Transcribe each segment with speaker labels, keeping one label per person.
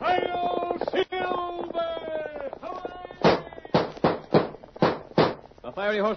Speaker 1: Hail Silver! The fiery horse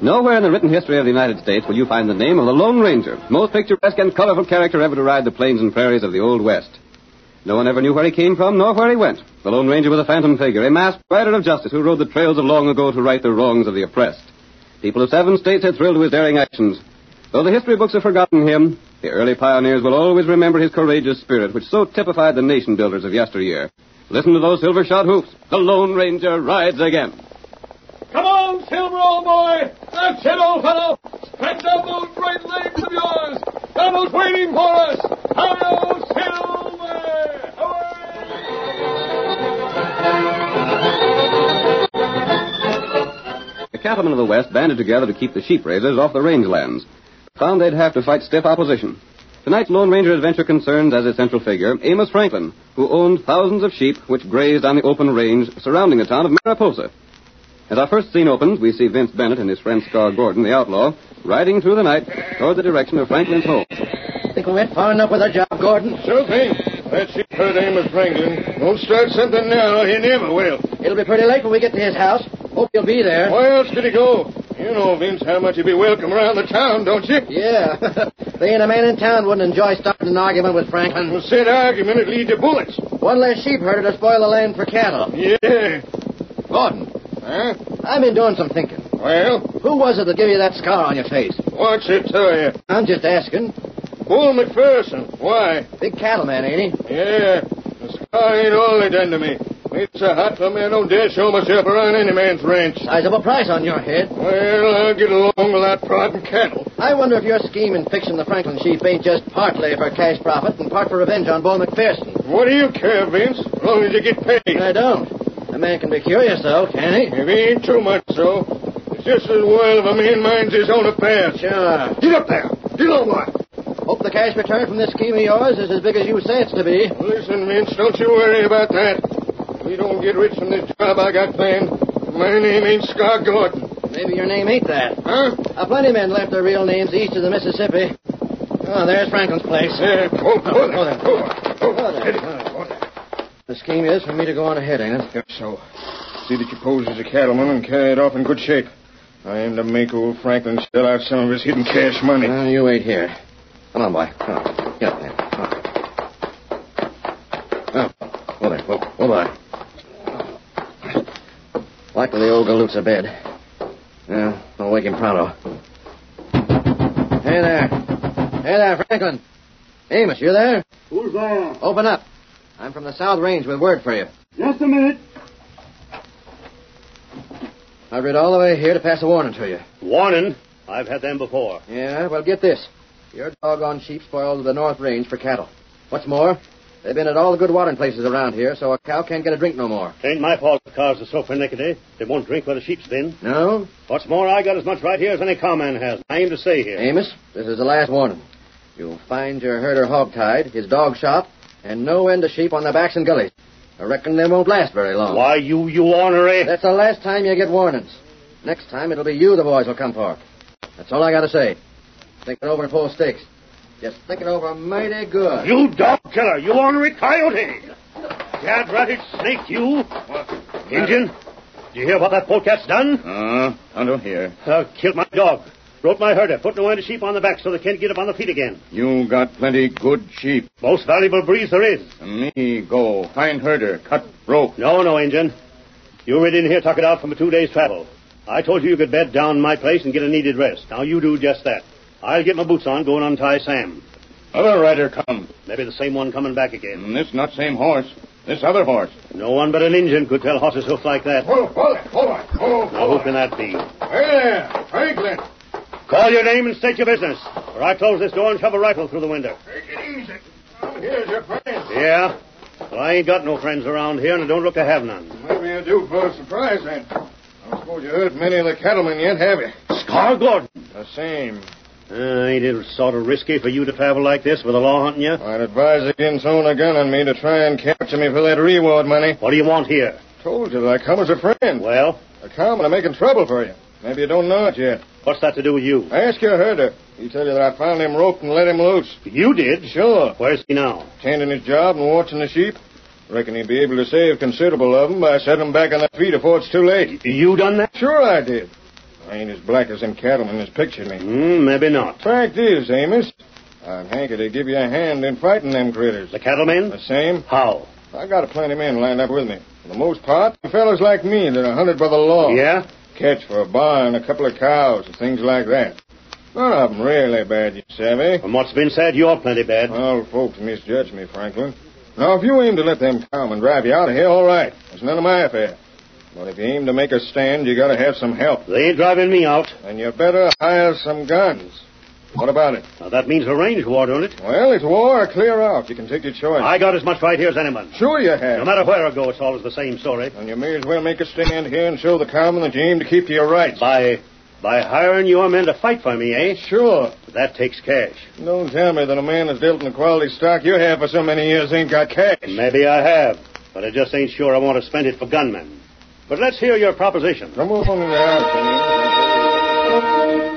Speaker 2: Nowhere in the written history of the United States will you find the name of the Lone Ranger, most picturesque and colorful character ever to ride the plains and prairies of the Old West. No one ever knew where he came from nor where he went. The Lone Ranger was a phantom figure, a masked rider of justice who rode the trails of long ago to right the wrongs of the oppressed. People of seven states had thrilled to his daring actions. Though the history books have forgotten him, the early pioneers will always remember his courageous spirit, which so typified the nation builders of yesteryear. Listen to those silver shod hoofs. The Lone Ranger rides again.
Speaker 1: Come on, Silver, old boy! That's it, old fellow! Stretch out those great legs of yours! Donald's waiting for us! Hi-yo Silver! Hooray!
Speaker 2: The cattlemen of the West banded together to keep the sheep raisers off the rangelands, but found they'd have to fight stiff opposition. Tonight's Lone Ranger adventure concerns as its central figure Amos Franklin, who owned thousands of sheep which grazed on the open range surrounding the town of Mariposa. As our first scene opens, we see Vince Bennett and his friend Scar Gordon, the outlaw, riding through the night toward the direction of Franklin's home.
Speaker 3: Think we went far enough with our job, Gordon?
Speaker 4: Sure thing. That sheep herd Amos Franklin won't start something now. He never will.
Speaker 3: It'll be pretty late when we get to his house. Hope you'll be there.
Speaker 4: Where else did he go? You know, Vince, how much he'd be welcome around the town, don't you?
Speaker 3: Yeah. there ain't a man in town wouldn't enjoy starting an argument with Franklin.
Speaker 4: Well, said argument would lead to bullets.
Speaker 3: One less sheep herder to spoil the land for cattle.
Speaker 4: Yeah.
Speaker 3: Gordon,
Speaker 4: Huh?
Speaker 3: I've been doing some thinking.
Speaker 4: Well,
Speaker 3: Who was it that gave you that scar on your face?
Speaker 4: what's it to
Speaker 3: I'm just asking.
Speaker 4: you? Bull McPherson. Why?
Speaker 3: Big cattleman, ain't he?
Speaker 4: Yeah. The scar ain't all they done to me. It's so hot for me I don't dare show myself around any man's ranch.
Speaker 3: Sizable price on your head.
Speaker 4: Well, I'll get along without prodding cattle.
Speaker 3: I wonder if your scheme in fixing the Franklin sheep ain't just partly for cash profit and part for revenge on Bull McPherson.
Speaker 4: What do you care, Vince? As long as you get paid.
Speaker 3: I don't. A man can be curious, though, can he?
Speaker 4: If he ain't too much so, it's just as well if a man minds his own affairs.
Speaker 3: Sure.
Speaker 4: Get up there! Get over!
Speaker 3: Oh, cash return from this scheme of yours is as big as you say it's to be.
Speaker 4: Listen, Vince, don't you worry about that. If we don't get rich from this job I got planned, my name ain't Scott Gordon.
Speaker 3: Maybe your name ain't that.
Speaker 4: Huh?
Speaker 3: A plenty of men left their real names east of the Mississippi. Oh, there's Franklin's place.
Speaker 4: Yeah, go, go there.
Speaker 3: Go there.
Speaker 4: Go, go,
Speaker 3: Go there.
Speaker 4: Steady. Go there.
Speaker 3: The scheme is for me to go on ahead, eh? ain't it?
Speaker 4: Yeah, so. See that you pose as a cattleman and carry it off in good shape. I aim to make old Franklin sell out some of his hidden cash money.
Speaker 3: Well, you wait here. Come on, boy. Come on. Get up there. Come on. Oh, well there. Well, well, boy. Luckily, old Galoot's abed. Yeah, I'll wake him pronto. Hey there. Hey there, Franklin. Amos, you there?
Speaker 5: Who's there?
Speaker 3: Open up. I'm from the South Range with word for you.
Speaker 5: Just a minute.
Speaker 3: I've rid all the way here to pass a warning to you.
Speaker 5: Warning. I've had them before.
Speaker 3: Yeah, well, get this. Your doggone sheep spoiled the North Range for cattle. What's more, they've been at all the good watering places around here, so a cow can't get a drink no more.
Speaker 5: It ain't my fault the cows are so finicky. eh? They won't drink where the sheep's been.
Speaker 3: No?
Speaker 5: What's more, I got as much right here as any cowman has. I aim to stay here.
Speaker 3: Amos, this is the last warning. You'll find your herder hogtied, his dog shot, and no end of sheep on the backs and gullies. I reckon they won't last very long.
Speaker 5: Why, you, you ornery.
Speaker 3: That's the last time you get warnings. Next time, it'll be you the boys will come for. That's all I gotta say. Think it over and pull sticks. Just think it over mighty good.
Speaker 5: You dog Oh, killer. You ornery coyote. Gad ratted snake, you. Indian. Do you hear what that polecat's done?
Speaker 4: Uh, I don't hear.
Speaker 5: Uh, killed my dog. Broke my herder. Put no end of sheep on the back so they can't get up on the feet again.
Speaker 4: You got plenty good sheep.
Speaker 5: Most valuable breeze there is.
Speaker 4: Me go. Find herder. Cut rope.
Speaker 5: No, no, Injun. You rid in here, tuck it out for two days' travel. I told you you could bed down in my place and get a needed rest. Now you do just that. I'll get my boots on, go and untie Sam.
Speaker 4: Other rider come.
Speaker 5: Maybe the same one coming back again.
Speaker 4: And this not same horse. This other horse.
Speaker 5: No one but an Injun could tell horses hoof like that.
Speaker 4: Hold on, hold on, hold on. Hold
Speaker 5: Now who can that be?
Speaker 4: Hey there, Franklin.
Speaker 5: Call your name and state your business, or I close this door and shove a rifle through the window.
Speaker 4: Take it easy. Now, here's your friend.
Speaker 5: Yeah? Well, I ain't got no friends around here, and I don't look to have none.
Speaker 4: Maybe you do for a surprise then. I don't suppose you heard many of the cattlemen yet, have you?
Speaker 5: Scar Gordon!
Speaker 4: The same.
Speaker 5: Uh, ain't it sort of risky for you to travel like this with the law hunting you?
Speaker 4: I'd advise against throwing a gun on me to try and capture me for that reward money.
Speaker 5: What do you want here?
Speaker 4: Told you I come as a friend.
Speaker 5: Well,
Speaker 4: I come and I'm making trouble for you. Maybe you don't know it yet.
Speaker 5: what's that to do with you?
Speaker 4: Ask your herder. He tell you that I found him roped and let him loose.
Speaker 5: You did?
Speaker 4: Sure.
Speaker 5: Where's he now?
Speaker 4: Tending his job and watching the sheep. Reckon he'd be able to save considerable of 'em by setting 'em back on their feet afore it's too late.
Speaker 5: You done that?
Speaker 4: Sure I did. I ain't as black as them cattlemen has pictured me.
Speaker 5: Hmm, maybe not.
Speaker 4: Fact is, Amos, I'm hanker to give you a hand in fighting them critters.
Speaker 5: The cattlemen?
Speaker 4: The same.
Speaker 5: How?
Speaker 4: I got a plenty of men lined up with me. For the most part, the fellows like me that are hunted by the law.
Speaker 5: Yeah?
Speaker 4: Catch for a barn, a couple of cows, and things like that. None of 'em really bad, you savvy.
Speaker 5: From what's been said, you're plenty bad.
Speaker 4: Well, folks misjudge me, Franklin. Now, if you aim to let them cowmen drive you out of here, all right. It's none of my affair. But if you aim to make a stand, you gotta have some help.
Speaker 5: They ain't driving me out.
Speaker 4: And you better hire some guns. What about it?
Speaker 5: Now, that means a range war, don't it?
Speaker 4: Well, it's war or clear out. You can take your choice.
Speaker 5: I got as much right here as anyone.
Speaker 4: Sure you
Speaker 5: No
Speaker 4: have.
Speaker 5: matter where I go, it's always the same story.
Speaker 4: And you may as well make a stand here and show the cowmen that you aim to keep to your rights.
Speaker 5: By by hiring your men to fight for me, eh?
Speaker 4: Sure.
Speaker 5: That takes cash.
Speaker 4: Don't tell me that a man that's dealt in the quality stock you have for so many years ain't got cash.
Speaker 5: Maybe I have, but I just ain't sure I want to spend it for gunmen. But let's hear your proposition.
Speaker 4: Come on in there.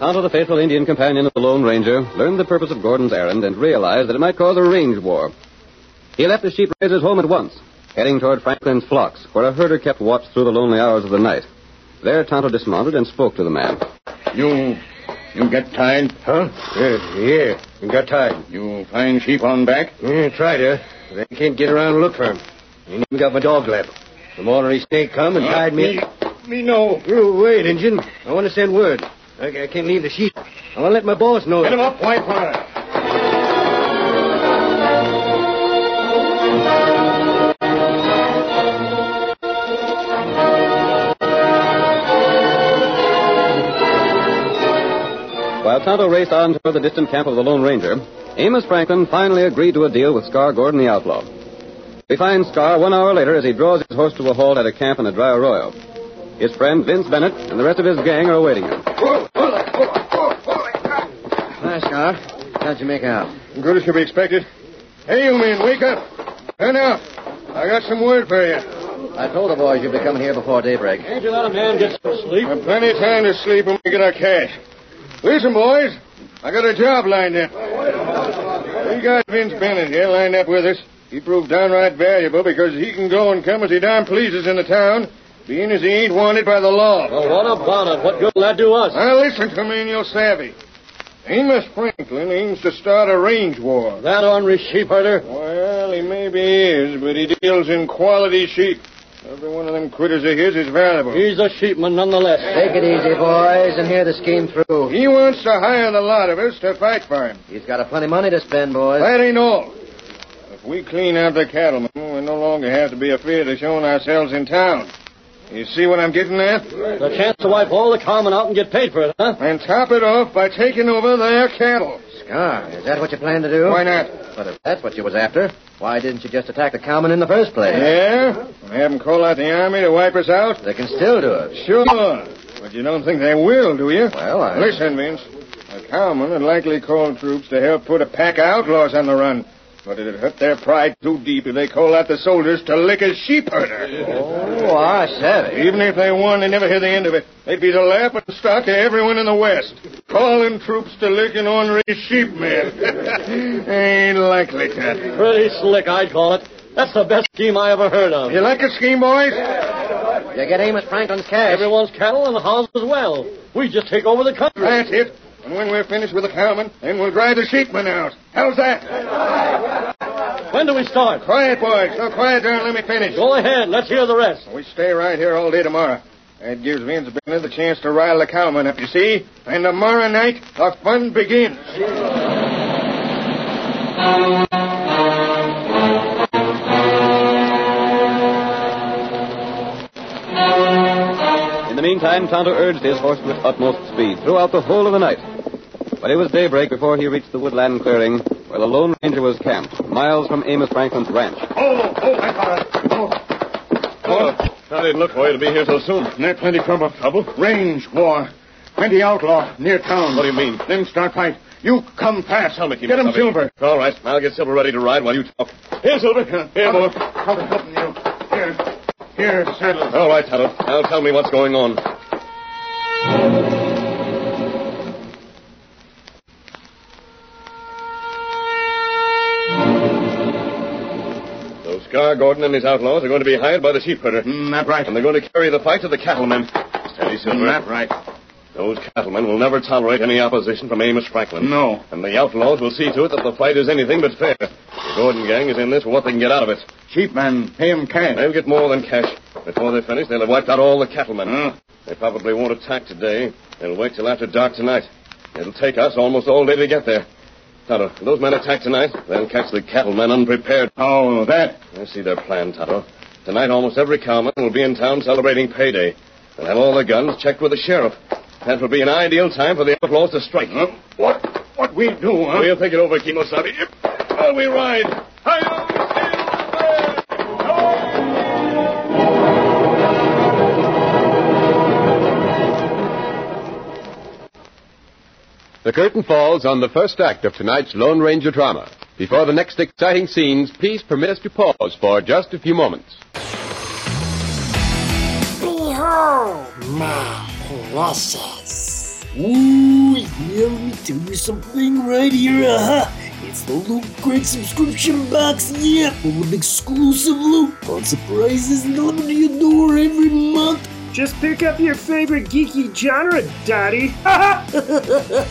Speaker 2: Tonto, the faithful Indian companion of the Lone Ranger, learned the purpose of Gordon's errand and realized that it might cause a range war. He left his sheep raisers home at once, heading toward Franklin's flocks, where a herder kept watch through the lonely hours of the night. There, Tonto dismounted and spoke to the man.
Speaker 4: You, you get tired? Huh? Yeah, yeah. You got tired. You find sheep on back?
Speaker 6: Yeah, Hmm, tried to. They can't get around and look for him. Ain't even got my dog left. The ornery snake come and tied me.
Speaker 4: Uh, Me no.
Speaker 6: You wait, Injun. I want to send word. I, I can't leave the sheep. I want to let my boss know.
Speaker 4: Get him up, white fire.
Speaker 2: While Tonto raced on toward the distant camp of the Lone Ranger, Amos Franklin finally agreed to a deal with Scar Gordon the outlaw. We find Scar one hour later as he draws his horse to a halt at a camp in a dry arroyo. His friend, Vince Bennett, and the rest of his gang are awaiting him.
Speaker 3: Hi, Scar. How'd you make out?
Speaker 4: Good as could be expected. Hey, you men, wake up. Turn out. I got some word for you.
Speaker 3: I told the boys you'd be coming here before daybreak.
Speaker 7: Can't you let a man get some sleep?
Speaker 4: Got plenty of time to sleep when we get our cash. Listen, boys, I got a job lined up. We got Vince Bennett here lined up with us. He proved downright valuable because he can go and come as he darn pleases in the town, being as he ain't wanted by the law.
Speaker 7: Well, what about it? What good will that do us?
Speaker 4: Now listen to me and you'll savvy. Amos Franklin aims to start a range war.
Speaker 7: That ornery sheep herder?
Speaker 4: Well, he maybe is, but he deals in quality sheep. Every one of them critters of his is valuable.
Speaker 7: He's a sheepman nonetheless.
Speaker 3: Take it easy, boys, and hear the scheme through.
Speaker 4: He wants to hire the lot of us to fight for him.
Speaker 3: He's got a plenty of money to spend, boys.
Speaker 4: That ain't all. If we clean out the cattlemen, we no longer have to be afraid of showing ourselves in town. You see what I'm getting at?
Speaker 7: The chance to wipe all the cowmen out and get paid for it, huh?
Speaker 4: And top it off by taking over their cattle.
Speaker 3: Scar, is that what you plan to do?
Speaker 4: Why not?
Speaker 3: But if that's what you was after, why didn't you just attack the cowmen in the first place?
Speaker 4: Yeah? And have them call out the army to wipe us out?
Speaker 3: They can still do it.
Speaker 4: Sure. But you don't think they will, do you?
Speaker 3: Well, I-
Speaker 4: Listen, Vince. A cowman would likely call troops to help put a pack of outlaws on the run. But it'd hurt their pride too deep if they call out the soldiers to lick a sheep herder.
Speaker 3: Oh, I savvy.
Speaker 4: Even if they won, they never hear the end of it. They'd be the laughing stock of everyone in the West. Calling troops to lick an ornery sheepman. Ain't likely, Ted.
Speaker 7: Pretty slick, I'd call it. That's the best scheme I ever heard of.
Speaker 4: You like a scheme, boys?
Speaker 3: You get Amos Franklin's cash.
Speaker 7: Everyone's cattle and the hounds as well. We just take over the country.
Speaker 4: That's it. And when we're finished with the cowman, then we'll drive the sheepman out. How's that?
Speaker 7: When do we start?
Speaker 4: Quiet, boys. So quiet there and let me finish.
Speaker 7: Go ahead. Let's hear the rest.
Speaker 4: We stay right here all day tomorrow. That gives Vince Bennett the chance to rile the cowman up, you see? And tomorrow night, the fun begins. Oh,
Speaker 2: In the meantime, Tonto urged his horse with utmost speed throughout the whole of the night. But it was daybreak before he reached the woodland clearing where the Lone Ranger was camped, miles from Amos Franklin's ranch.
Speaker 4: Oh, oh, I got it. Oh. I didn't look for you to be here so soon. There plenty trouble. Trouble? Range war. Plenty outlaw near town. What do you mean? Then start fight. You come fast. Helmet, Get him silver. All right. I'll get silver ready to ride while you talk. Here, silver. Here, boy. Help helping you. Here. Here, saddle. All right, saddle. Now tell me what's going on. So Scar Gordon and his outlaws are going to be hired by the sheep herder.
Speaker 8: Not right.
Speaker 4: And they're going to carry the fight to the cattlemen. Hmm, Steady, Silver.
Speaker 8: Not right.
Speaker 4: Those cattlemen will never tolerate any opposition from Amos Franklin.
Speaker 8: No.
Speaker 4: And the outlaws will see to it that the fight is anything but fair. The Gordon gang is in this for what they can get out of it.
Speaker 8: Sheepman, pay him cash.
Speaker 4: They'll get more than cash. Before they finish, they'll have wiped out all the cattlemen.
Speaker 8: Huh.
Speaker 4: They probably won't attack today. They'll wait till after dark tonight. It'll take us almost all day to get there. Tonto, if those men attack tonight, they'll catch the cattlemen unprepared.
Speaker 8: Oh, that.
Speaker 4: I see their plan, Tonto. Tonight, almost every cowman will be in town celebrating payday. They'll have all their guns checked with the sheriff. That will be an ideal time for the outlaws to strike.
Speaker 8: Hmm? What? What we do, huh?
Speaker 4: We'll think it over, Kimosabe. While we ride.
Speaker 9: The curtain falls on the first act of tonight's Lone Ranger drama. Before the next exciting scenes, please permit us to pause for just a few moments.
Speaker 10: Behold my precious. Ooh, let me tell you something right here. Uh-huh. It's the Loot Crate subscription box, yeah, full of exclusive loot, fun surprises delivered to your door every month.
Speaker 1: Just pick up your favorite geeky genre, Daddy.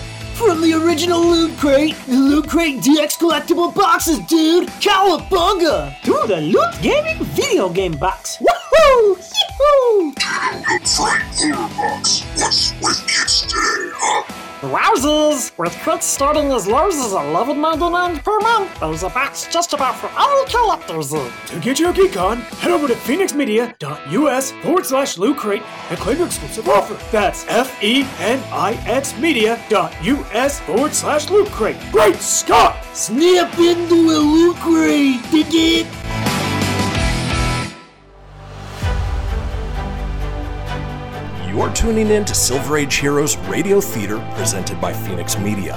Speaker 10: From the original Loot Crate, the Loot Crate DX collectible boxes, dude! Cowabunga!
Speaker 1: To the Loot Gaming video game box.
Speaker 10: Woohoo! Yee-hoo!
Speaker 1: Wowzers! With crits starting as low as 11.99 per month, there's a box just about for all collectors. To get your geek on, head over to phoenixmedia.us forward slash loot crate and claim your exclusive offer. That's E F-E-N-I-X media.us forward slash loot crate. Great Scott!
Speaker 10: Snap into a Loot Crate! Dig it?
Speaker 11: You're tuning in to Silver Age Heroes Radio Theater presented by Phoenix Media.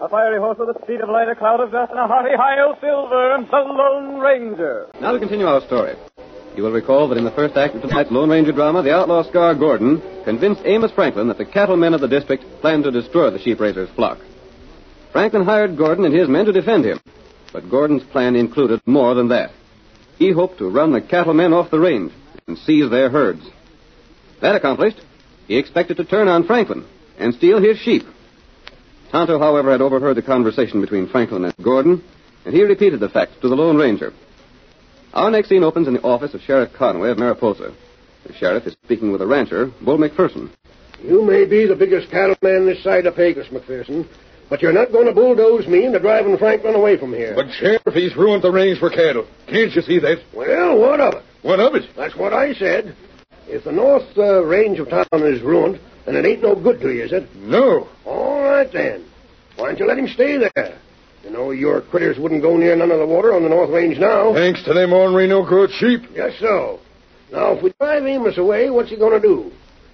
Speaker 7: A fiery horse with the speed of light, a cloud of dust, and a hearty high of silver, the Lone Ranger.
Speaker 12: Now to continue our story. You will recall that in the first act of tonight's Lone Ranger drama, the outlaw Scar Gordon convinced Amos Franklin that the cattlemen of the district planned to destroy the sheep raisers' flock. Franklin hired Gordon and his men to defend him, but Gordon's plan included more than that. He hoped to run the cattlemen off the range and seize their herds. That accomplished, he expected to turn on Franklin and steal his sheep. Tonto, however, had overheard the conversation between Franklin and Gordon, and he repeated the facts to the Lone Ranger. Our next scene opens in the office of Sheriff Conway of Mariposa. The sheriff is speaking with a rancher, Bull McPherson.
Speaker 13: You may be the biggest cattleman this side of Pecos, McPherson, but you're not going to bulldoze me into driving Franklin away from here.
Speaker 4: But, Sheriff, he's ruined the range for cattle. Can't you see that?
Speaker 13: Well, what of it?
Speaker 4: What of it?
Speaker 13: That's what I said. If the north uh, range of town is ruined, then it ain't no good to you, is it?
Speaker 4: No.
Speaker 13: All right, then. Why don't you let him stay there? You know, your critters wouldn't go near none of the water on the north range now.
Speaker 4: Thanks to them on Reno Court sheep.
Speaker 13: Just so. Now, if we drive Amos away, what's he going to do?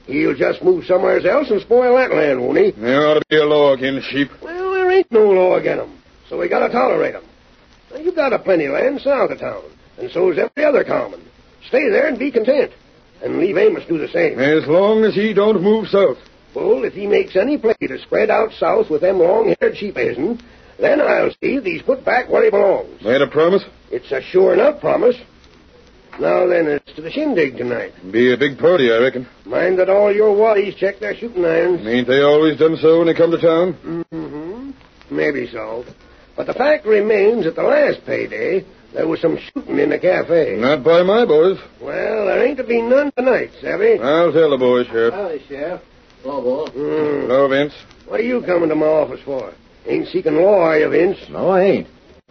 Speaker 13: He'll just move somewheres else and spoil that land, won't he?
Speaker 4: There ought to be a law against sheep.
Speaker 13: Well, there ain't no law against 'em, so we got to tolerate 'em. Now, you got a plenty of land south of town, and so's every other cowman. Stay there and be content, and leave Amos do the same.
Speaker 4: As long as he don't move south.
Speaker 13: Bull, if he makes any play to spread out south with them long-haired sheep hisen, then I'll see that he's put back where he belongs.
Speaker 4: That a promise?
Speaker 13: It's a sure enough promise. Now then, it's to the shindig tonight.
Speaker 4: Be a big party, I reckon.
Speaker 13: Mind that all your waddies check their shooting irons.
Speaker 4: Ain't they always done so when they come to town?
Speaker 13: Mm-hmm. Maybe so. But the fact remains that the last payday, there was some shooting in the cafe.
Speaker 4: Not by my boys.
Speaker 13: Well, there ain't to be none tonight, Savvy.
Speaker 4: I'll tell the boys, Sheriff.
Speaker 13: Howdy, Sheriff. Hello, Bull.
Speaker 4: Hello, Vince.
Speaker 13: What are you coming to my office for? Ain't seeking law, are you, Vince?
Speaker 3: No, I ain't.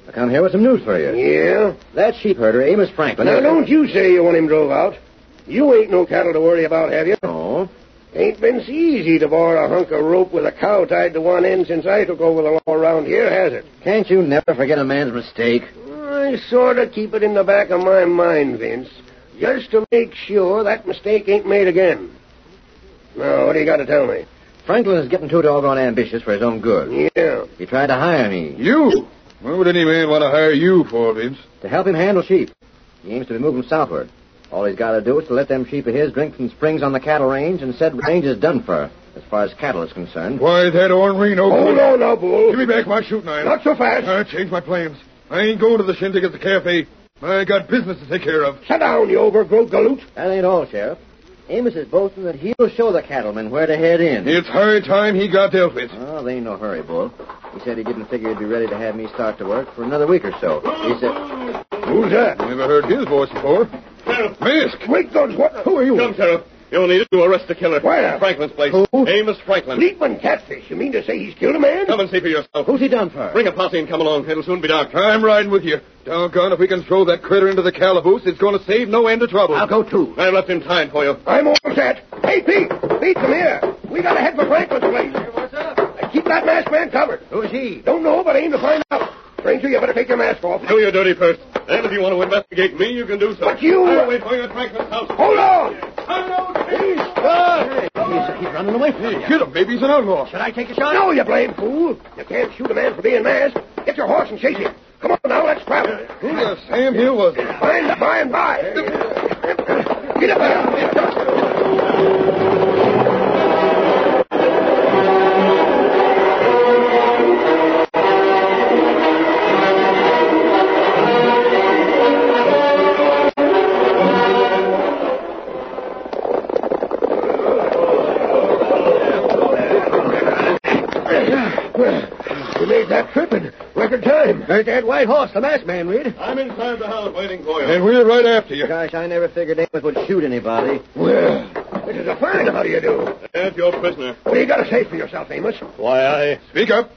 Speaker 3: I come here with some news for you.
Speaker 13: Yeah?
Speaker 3: That sheep herder, Amos Franklin.
Speaker 13: now, don't you say you want him drove out. You ain't no cattle to worry about, have you?
Speaker 3: No.
Speaker 13: Ain't been so easy to borrow a hunk of rope with a cow tied to one end since I took over the law around here, has it?
Speaker 3: Can't you never forget a man's mistake?
Speaker 13: I sort of keep it in the back of my mind, Vince, just to make sure that mistake ain't made again. Now, what do you got to tell me?
Speaker 3: Franklin is getting too doggone ambitious for his own good.
Speaker 13: Yeah.
Speaker 3: He tried to hire me.
Speaker 4: You? Why would any man want to hire you for, Vince?
Speaker 3: To help him handle sheep. He aims to be moving southward. All he's got to do is to let them sheep of his drink from springs on the cattle range, and said range is done for, as far as cattle is concerned. Oh,
Speaker 4: Why, that on Reno.
Speaker 13: Hold
Speaker 4: Court-
Speaker 13: on now, Bull.
Speaker 4: Give me back my shooting iron.
Speaker 13: Not so fast.
Speaker 4: I changed my plans. I ain't going to the shindig at the cafe. I got business to take care of.
Speaker 13: Sit down, you overgrown galoot.
Speaker 3: That ain't all, Sheriff. Amos is boasting that he'll show the cattlemen where to head in.
Speaker 4: It's high time he got dealt with.
Speaker 3: Oh, they ain't no hurry, Bull. He said he didn't figure he'd be ready to have me start to work for another week or so. He said,
Speaker 4: Who's that? Never heard his voice before. Sheriff. Mask.
Speaker 13: Quick, guns, what? Who are you?
Speaker 14: Come, Sheriff. You'll need to arrest the killer.
Speaker 13: Where?
Speaker 14: Franklin's place. Amos Franklin.
Speaker 13: Fleetman Catfish. You mean to say he's killed a man?
Speaker 14: Come and see for yourself.
Speaker 3: Who's he done for?
Speaker 14: Bring a posse and come along. It'll soon be dark.
Speaker 4: I'm riding with you. Doggone, if we can throw that critter into the calaboose, it's going to save no end of trouble.
Speaker 3: I'll go too.
Speaker 14: I left him time for you.
Speaker 13: I'm all set. Hey, Pete. Pete, come here. We gotta head for Franklin's place. what's up? keep that masked man covered.
Speaker 3: Who's he?
Speaker 13: Don't know, but I aim to find out. Ranger, you better take your mask off.
Speaker 14: Do your duty first. Then if you want to investigate me, you can do so.
Speaker 13: But you-
Speaker 14: I'll wait for you at Franklin's house.
Speaker 13: Hold on. uh,
Speaker 3: He's, he's running away from me.
Speaker 4: Get him, maybe he's an outlaw.
Speaker 3: Should I take a shot?
Speaker 13: No, you blame fool. You can't shoot a man for being masked. Get your horse and chase him. Come on now, let's travel.
Speaker 4: Who the Sam Hill was it?
Speaker 13: Find out by and by. Get up there. We made that trip in record time.
Speaker 3: There's that white horse, the masked man, Reed.
Speaker 14: I'm inside the house waiting for you.
Speaker 4: And we're right after you.
Speaker 3: Gosh, I never figured Amos would shoot anybody.
Speaker 13: Well, this is a fine. How do you do?
Speaker 14: There's your prisoner.
Speaker 13: What do you got to say for yourself, Amos?
Speaker 5: Why, I.
Speaker 4: Speak up.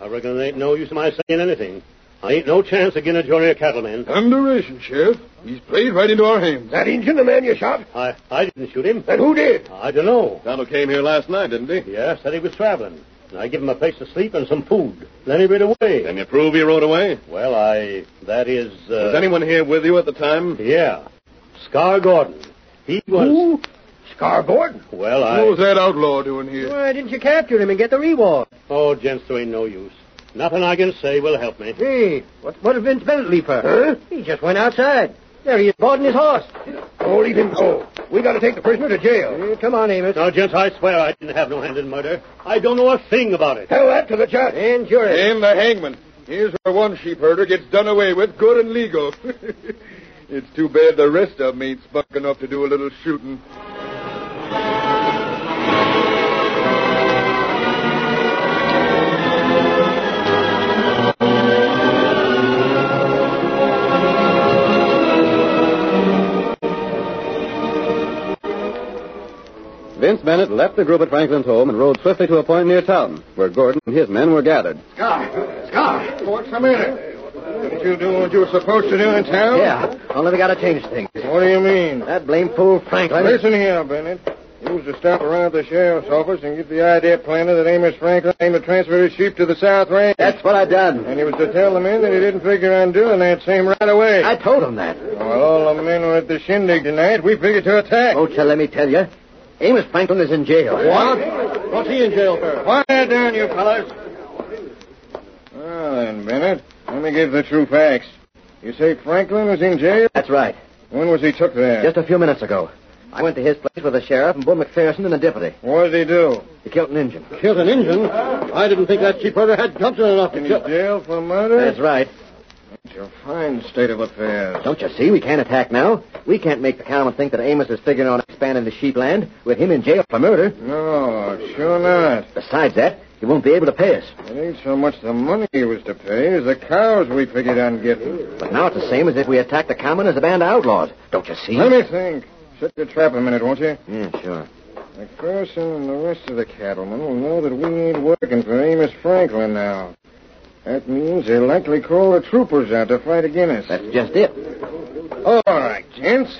Speaker 5: I reckon it ain't no use of my saying anything. I ain't no chance of getting at your ear cattleman.
Speaker 15: Underration, Sheriff. He's played right into our hands.
Speaker 13: That Injun, the man you shot?
Speaker 5: I, I didn't shoot him.
Speaker 13: Then who did?
Speaker 5: I don't know.
Speaker 4: Tonto came here last night, didn't he?
Speaker 5: Yeah, said he was traveling. And I give him a place to sleep and some food. Then he rid away.
Speaker 4: Can you prove he rode away?
Speaker 5: Well, I. That is. Uh,
Speaker 4: Was anyone here with you at the time?
Speaker 5: Yeah. Scar Gordon. He was.
Speaker 13: Who? Scar Gordon?
Speaker 5: Well, I.
Speaker 15: What was that outlaw doing here?
Speaker 3: Why didn't you capture him and get the reward?
Speaker 5: Oh, gents, there ain't no use. Nothing I can say will help me.
Speaker 3: Gee, what, what did Vince Bennett leave for?
Speaker 13: Huh?
Speaker 3: He just went outside. There he is, boarding his horse.
Speaker 13: Oh, leave him go. We gotta take the prisoner to jail.
Speaker 3: Eh, come on, Amos.
Speaker 5: Now, gents, I swear I didn't have no hand in murder. I don't know a thing about it.
Speaker 13: Tell that to the judge.
Speaker 3: And jury.
Speaker 15: And the hangman. Here's where one sheep herder gets done away with, good and legal. it's too bad the rest of 'em ain't spuck enough to do a little shooting.
Speaker 2: Vince Bennett left the group at Franklin's home and rode swiftly to a point near town, where Gordon and his men were gathered.
Speaker 13: Scar. Scar.
Speaker 4: What's the matter? Didn't you do what you were supposed to do in town?
Speaker 3: Yeah, only we gotta change things.
Speaker 4: What do you mean?
Speaker 3: That blamed fool Franklin.
Speaker 4: Listen here, Bennett. You was to stop around at the sheriff's office and get the idea planted that Amos Franklin aimed to transfer his sheep to the South Range.
Speaker 3: That's what I done.
Speaker 4: And he was to tell the men that he didn't figure on doing that same right away.
Speaker 3: I told him that.
Speaker 4: Well, all the men were at the shindig tonight. We figured to attack.
Speaker 3: Ocha, Oh, let me tell you. Amos Franklin is in jail.
Speaker 4: What? What's he in jail for? Quiet down, you fellas. Well, then, Bennett, let me give the true facts. You say Franklin was in jail?
Speaker 3: That's right.
Speaker 4: When was he took there?
Speaker 3: Just a few minutes ago. I went to his place with the sheriff and Bull McPherson and the deputy.
Speaker 4: What did he do?
Speaker 3: He killed an Injun.
Speaker 5: Killed an Injun? I didn't think that sheep herder had gumption enough
Speaker 4: In jail for murder?
Speaker 3: That's right.
Speaker 4: It's a fine state of affairs.
Speaker 3: Don't you see? We can't attack now. We can't make the cattleman think that Amos is figuring on expanding the sheep land with him in jail for murder.
Speaker 4: No, Oh, sure not.
Speaker 3: Besides that, he won't be able to pay us.
Speaker 4: It ain't so much the money he was to pay as the cows we figured on getting.
Speaker 3: But now it's the same as if we attacked the common as a band of outlaws. Don't you see?
Speaker 4: Let me think. Shut your trap a minute, won't you?
Speaker 3: Yeah, sure.
Speaker 4: McPherson and the rest of the cattlemen will know that we ain't working for Amos Franklin now. That means they'll likely call the troopers out to fight against us.
Speaker 3: That's just it.
Speaker 4: All right, gents.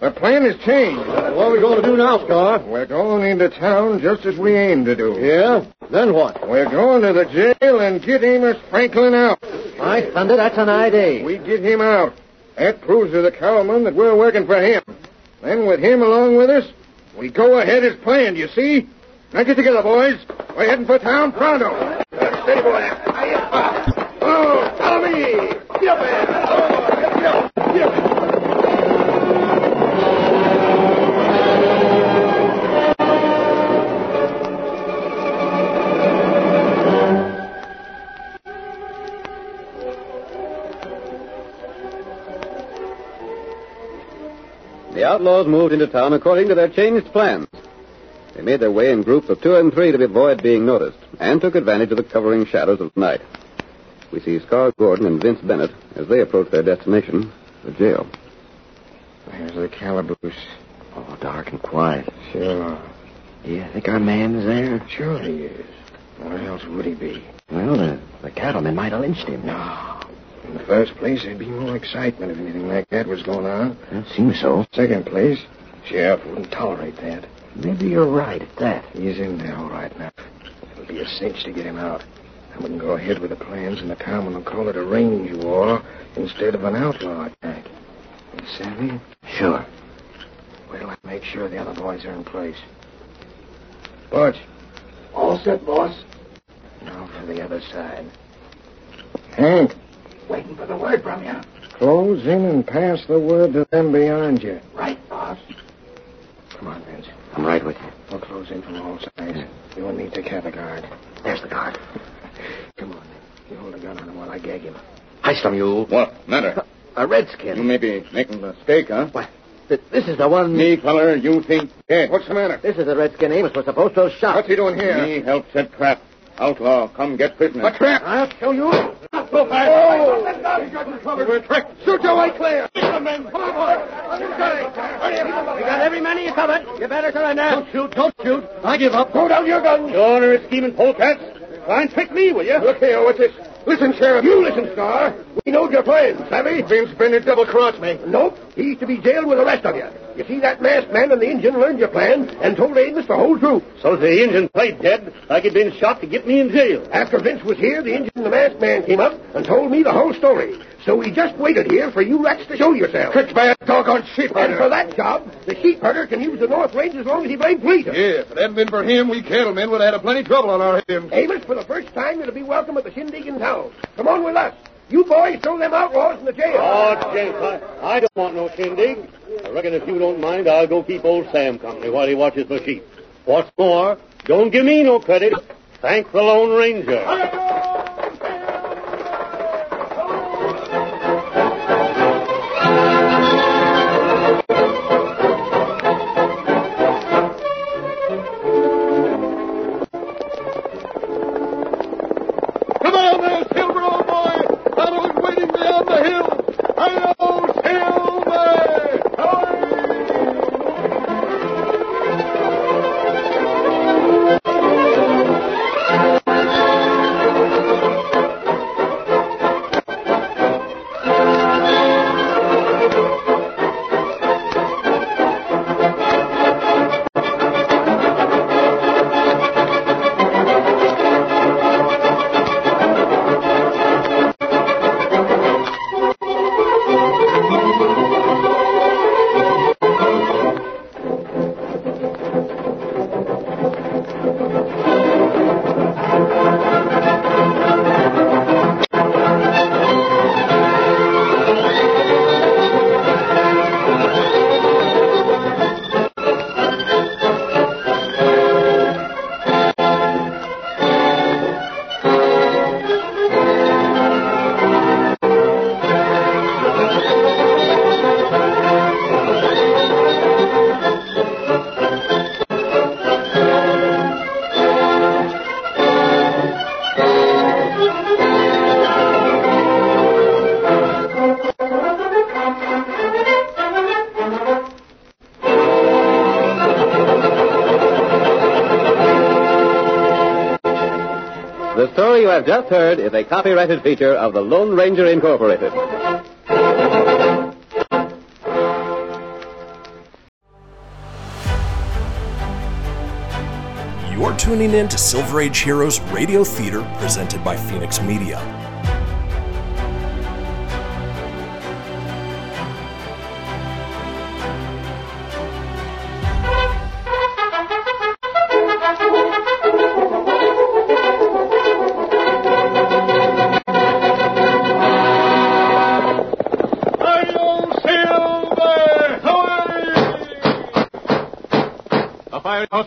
Speaker 4: The plan has changed.
Speaker 5: Uh, What are we going to do now, Scar?
Speaker 4: We're going into town just as we aim to do.
Speaker 5: Yeah? Then what?
Speaker 4: We're going to the jail and get Amos Franklin out.
Speaker 3: My thunder, that's an idea.
Speaker 4: We get him out. That proves to the cowman that we're working for him. Then with him along with us, we go ahead as planned, you see? Now get together, boys. We're heading for town pronto. Steady, boy. Hi-ya. Oh, follow me. Get up there. Oh, get up. Get up.
Speaker 2: The outlaws moved into town according to their changed plans. They made their way in groups of two and three to avoid being noticed, and took advantage of the covering shadows of night. We see Scar Gordon and Vince Bennett as they approach their destination, the jail.
Speaker 3: There's the calaboose. Oh, dark and quiet.
Speaker 4: Sure.
Speaker 3: Do you think our man's there?
Speaker 4: Sure he is. Where else would he be?
Speaker 3: Well, uh, the, the cattleman might have lynched him. No.
Speaker 4: In the first place, there'd be no excitement if anything like that was going on.
Speaker 3: It seems so.
Speaker 4: Second place, sheriff wouldn't tolerate that.
Speaker 3: Maybe you're right at that.
Speaker 4: He's in there all right now. It'll be a cinch to get him out. And we can go ahead with the plans, and the cowman will call it a range war instead of an outlaw attack. You savvy?
Speaker 3: Sure.
Speaker 4: Wait till I make sure the other boys are in place. Butch.
Speaker 13: All set, boss.
Speaker 4: Now for the other side. Hank.
Speaker 13: Waiting for the word from you.
Speaker 4: Close in and pass the word to them beyond you.
Speaker 13: Right, boss.
Speaker 4: Come on, Vince.
Speaker 3: I'm right with you.
Speaker 4: We'll close in from all sides. You and me take care of the guard.
Speaker 3: There's the guard.
Speaker 4: Come on, then. You hold the gun on him while I gag him.
Speaker 3: Heist on you.
Speaker 4: What matter?
Speaker 3: A redskin.
Speaker 4: may be making a mistake, huh?
Speaker 3: Why, th- this is the one...
Speaker 4: Me, feller, you think dead. What's the matter?
Speaker 3: This is the redskin Amos was supposed to have shot.
Speaker 4: What's he doing here?
Speaker 3: Me
Speaker 4: help set trap. Outlaw, come get prisoner. A trap!
Speaker 3: I'll show you.
Speaker 4: So fast! Oh! We got you covered. We're tricked. Shoot your way clear. Get the men. Come on, boy.
Speaker 3: We got every man you covered. You better surrender.
Speaker 4: Don't shoot. Don't shoot. I give up. Throw down your gun.
Speaker 5: Your honor is scheming polecats.
Speaker 13: Try and trick me, will you? Look here, what's this? Listen, Sheriff, you listen, Scar. We know your plans, savvy? Vince Bennett double-crossed me. Nope. He's to be jailed with the rest of you. You see, that masked man and the Indian learned your plan and told Amos the whole truth.
Speaker 5: So if the Indian played dead like he'd been shot to get me in jail.
Speaker 13: After Vince was here, the Indian and the masked man came up and told me the whole story. So we just waited here for you rats to show yourselves.
Speaker 16: Tricked by a doggone sheep
Speaker 13: And
Speaker 16: herder.
Speaker 13: for that job, the sheep herder can use the North Range as long as he blamed pleases.
Speaker 16: Yeah, if it hadn't been for him, we cattlemen would have had a plenty trouble on our hands.
Speaker 13: Amos, for the first time, you'll be welcome at the shindig in town. Come on with us. You boys throw them outlaws in the jail.
Speaker 5: Oh, Jenks, I, I don't want no shindig. I reckon if you don't mind, I'll go keep old Sam company while he watches my sheep. What's more, don't give me no credit. Thank the Lone Ranger.
Speaker 4: Come on there, Silver, old boy! Tonto's waiting beyond the hill! Hi-yo, Silver!
Speaker 2: The story you have just heard is a copyrighted feature of the Lone Ranger Incorporated.
Speaker 11: You're tuning in to Silver Age Heroes Radio Theater presented by Phoenix Media.
Speaker 17: A fiery horse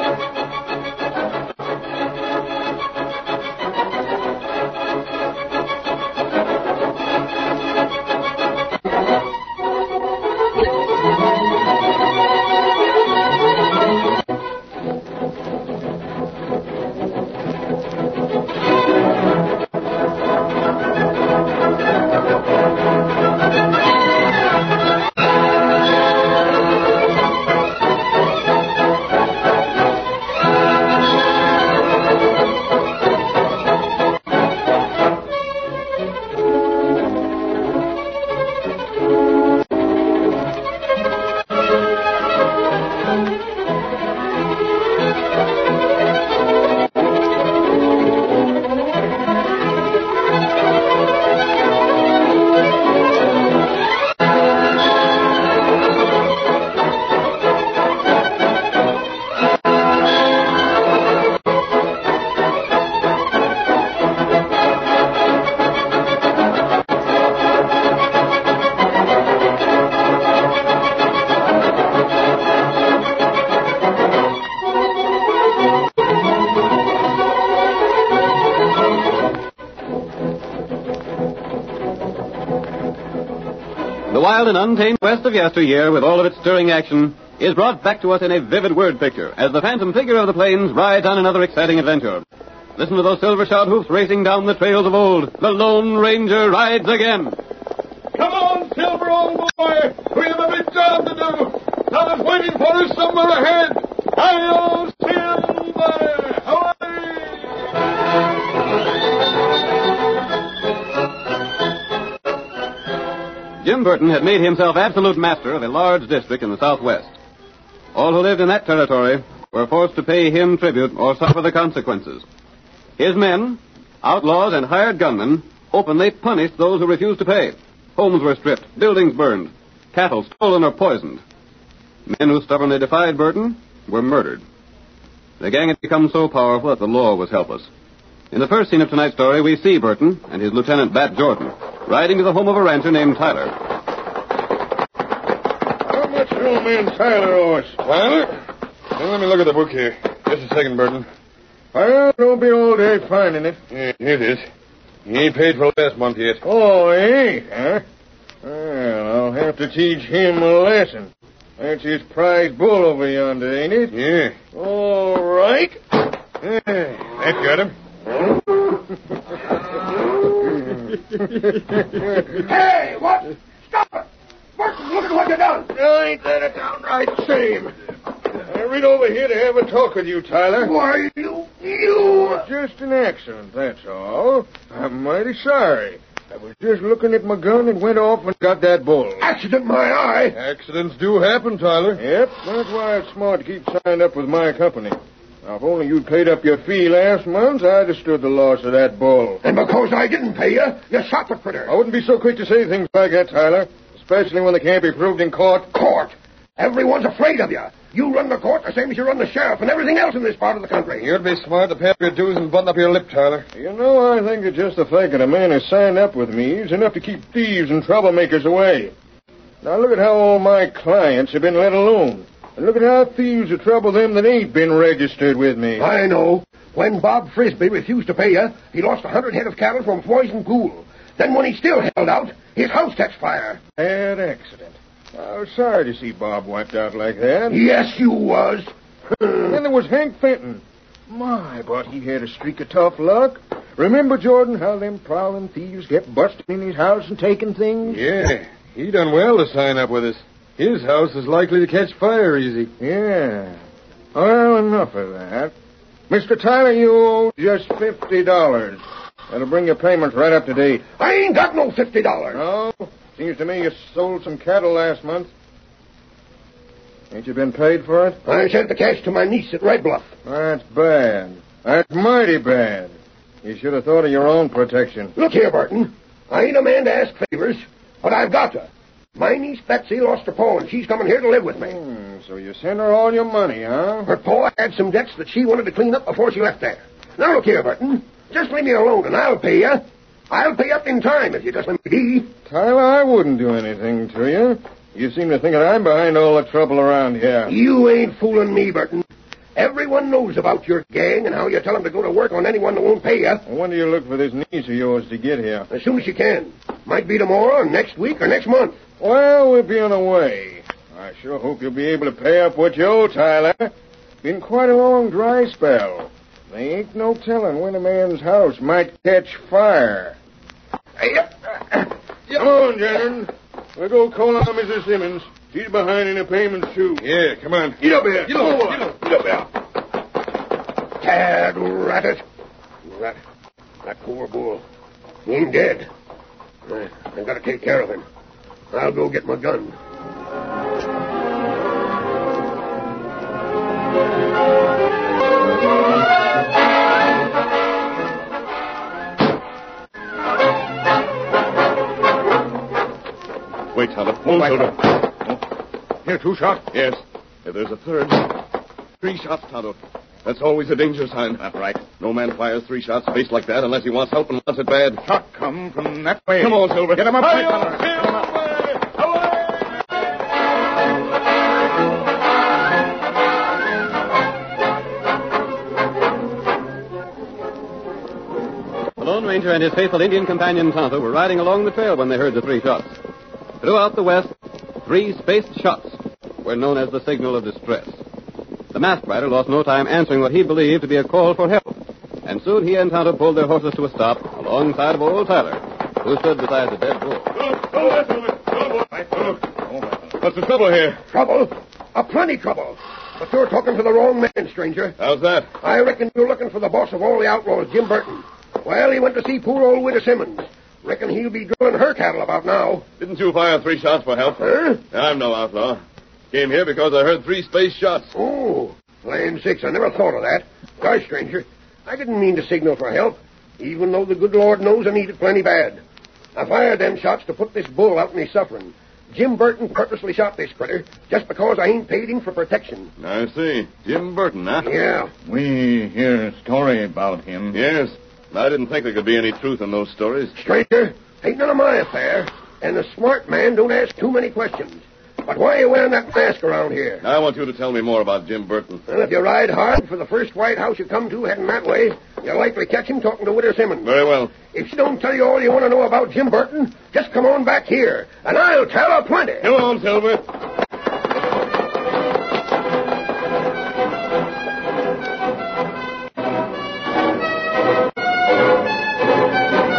Speaker 2: The wild and untamed West of yesteryear, with all of its stirring action, is brought back to us in a vivid word picture as the phantom figure of the plains rides on another exciting adventure. Listen to those silver shod hoofs racing down the trails of old. The Lone Ranger rides again.
Speaker 4: Come on, Silver, old boy! We have a big job to do!
Speaker 18: Someone's waiting for us somewhere ahead. I'll Silver!
Speaker 2: Jim Burton had made himself absolute master of a large district in the Southwest. All who lived in that territory were forced to pay him tribute or suffer the consequences. His men, outlaws and hired gunmen, openly punished those who refused to pay. Homes were stripped, buildings burned, cattle stolen or poisoned. Men who stubbornly defied Burton were murdered. The gang had become so powerful that the law was helpless. In the first scene of tonight's story, we see Burton and his lieutenant, Bat Jordan, riding to the home of a rancher named Tyler.
Speaker 8: How much room in Tyler owes? Tyler? Well, let me look at the book here. Just a second, Burton.
Speaker 4: Well, don't be all day finding it.
Speaker 8: Yeah, here it is. He ain't paid for last month yet.
Speaker 4: Oh, eh? Huh? Well, I'll have to teach him a lesson. That's his prize bull over yonder, ain't it?
Speaker 8: Yeah.
Speaker 4: All right. Yeah, that got him.
Speaker 13: hey, what? Stop it! Burton, look at what you done!
Speaker 4: Oh, ain't that a downright shame? I rid Uh, over here to have a talk with you, Tyler.
Speaker 13: Why,
Speaker 4: you, you... Just an accident, that's all. I'm mighty sorry. I was just looking at my gun and went off and got that bull.
Speaker 13: Accident, my eye!
Speaker 4: Accidents do happen, Tyler. Yep, that's why it's smart to keep signed up with my company. Now, if only you'd paid up your fee last month, I'd have stood the loss of that bull.
Speaker 13: And because I didn't pay you, you shot the critter.
Speaker 4: I wouldn't be so quick to say things like that, Tyler. Especially when they can't be proved in court.
Speaker 13: Court? Everyone's afraid of you. You run the court the same as you run the sheriff and everything else in this part of the country.
Speaker 4: You'd be smart to pay up your dues and button up your lip, Tyler. You know, I think that just the fact that a man has signed up with me is enough to keep thieves and troublemakers away. Now look at how all my clients have been let alone. And look at how thieves have troubled them that ain't been registered with me.
Speaker 13: I know. When Bob Frisbee refused to pay you, he lost a hundred head of cattle from Poison Pool. Then when he still held out, his house catch fire.
Speaker 4: Bad accident. I was sorry to see Bob wiped out like that. Hmm.
Speaker 13: Yes, you was.
Speaker 4: And then there was Hank Fenton. My, but he had a streak of tough luck. Remember, Jordan, how them prowling thieves kept busting in his house and taking things?
Speaker 8: Yeah, he done well to sign up with us. His house is likely to catch fire easy.
Speaker 4: Yeah. Well, enough of that. Mr. Tyler, you owe just fifty dollars. That'll bring your payments right up to date.
Speaker 13: I ain't got no fifty dollars.
Speaker 4: No? Seems to me you sold some cattle last month. Ain't you been paid for it?
Speaker 13: I sent the cash to my niece at Red Bluff.
Speaker 4: That's bad. That's mighty bad. You should have thought of your own protection.
Speaker 13: Look here, Burton. I ain't a man to ask favors, but I've got to. My niece Betsy lost her paw, and she's coming here to live with me.
Speaker 4: Hmm, So you sent her all your money, huh?
Speaker 13: Her paw had some debts that she wanted to clean up before she left there. Now look here, Burton. Just leave me alone, and I'll pay you. I'll pay up in time if you just let me be.
Speaker 4: Tyler, I wouldn't do anything to you. You seem to think that I'm behind all the trouble around here.
Speaker 13: You ain't fooling me, Burton. Everyone knows about your gang and how you tell 'em to go to work on anyone that won't pay you.
Speaker 4: When do you look for this niece of yours to get here?
Speaker 13: As soon as you can. Might be tomorrow, or next week, or next month.
Speaker 4: Well, we'll be on the way. I sure hope you'll be able to pay up what you owe, Tyler. Been quite a long dry spell. They ain't no telling when a man's house might catch fire. Come on, Jordan. We'll go call on Mrs. Simmons. She's behind in her payments, too.
Speaker 8: Yeah, come on.
Speaker 13: Get up here.
Speaker 8: Get over. Get
Speaker 13: up. Get up here. Tad ratted. Rat. That poor bull. He ain't dead. I, I gotta take care of him. I'll go get my gun.
Speaker 8: Wait, Tyler. One shoulder.
Speaker 4: Here, two shot.
Speaker 8: Yes. If there's a third, three shots, Tonto. That's always a danger sign. That's right. No man fires three shots spaced like that unless he wants help and wants it bad.
Speaker 4: Shot come from that way.
Speaker 8: Come on, Silver.
Speaker 4: Get him up,
Speaker 8: Hurry
Speaker 4: Mike.
Speaker 8: up,
Speaker 4: Get him up.
Speaker 2: The Lone Ranger and his faithful Indian companion Tonto were riding along the trail when they heard the three shots. Throughout the West, three spaced shots were known as the signal of distress. The masked rider lost no time answering what he believed to be a call for help, and soon he and Tonto pulled their horses to a stop alongside of old Tyler, who stood beside the dead bull.
Speaker 8: What's the trouble here?
Speaker 13: Trouble? A plenty trouble. But you're talking to the wrong man, stranger.
Speaker 8: How's that?
Speaker 13: I reckon you're looking for the boss of all the outlaws, Jim Burton. Well, he went to see poor old Widow Simmons. Reckon he'll be drilling her cattle about now.
Speaker 8: Didn't you fire three shots for help?
Speaker 13: Huh?
Speaker 8: I'm no outlaw. Came here because I heard three space shots.
Speaker 13: Oh, land sakes, I never thought of that. Gosh, stranger, I didn't mean to signal for help, even though the good Lord knows I need it plenty bad. I fired them shots to put this bull out in his suffering. Jim Burton purposely shot this critter just because I ain't paid him for protection.
Speaker 8: I see. Jim Burton, huh?
Speaker 13: Yeah.
Speaker 8: We hear a story about him. Yes. I didn't think there could be any truth in those stories.
Speaker 13: Stranger, ain't none of my affair, and a smart man don't ask too many questions. But why are you wearing that mask around here?
Speaker 8: I want you to tell me more about Jim Burton.
Speaker 13: Well, if you ride hard for the first White House you come to heading that way, you'll likely catch him talking to Widow Simmons.
Speaker 8: Very well.
Speaker 13: If she don't tell you all you want to know about Jim Burton, just come on back here, and I'll tell her plenty.
Speaker 8: Come on, Silver.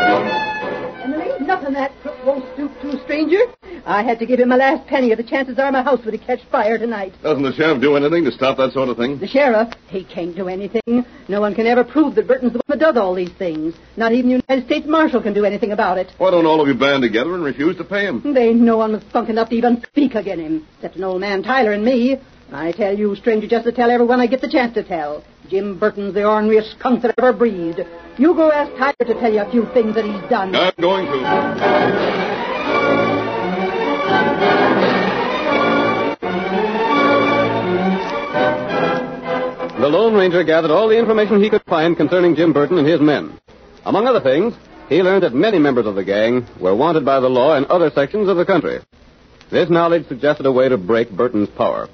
Speaker 19: Emily, enough of that. Crook won't stoop to, stranger. I had to give him my last penny, or the chances are my house would have catch fire tonight.
Speaker 8: Doesn't the sheriff do anything to stop that sort of thing?
Speaker 19: The sheriff, he can't do anything. No one can ever prove that Burton's the one that does all these things. Not even the United States Marshal can do anything about it.
Speaker 8: Why don't all of you band together and refuse to pay him?
Speaker 19: They ain't no one with spunk enough to even speak against him, except an old man Tyler and me. I tell you, stranger, just to tell everyone I get the chance to tell. Jim Burton's the orneriest skunk that ever breathed. You go ask Tyler to tell you a few things that he's done.
Speaker 8: I'm going to.
Speaker 2: The Lone Ranger gathered all the information he could find concerning Jim Burton and his men. Among other things, he learned that many members of the gang were wanted by the law in other sections of the country. This knowledge suggested a way to break Burton's power.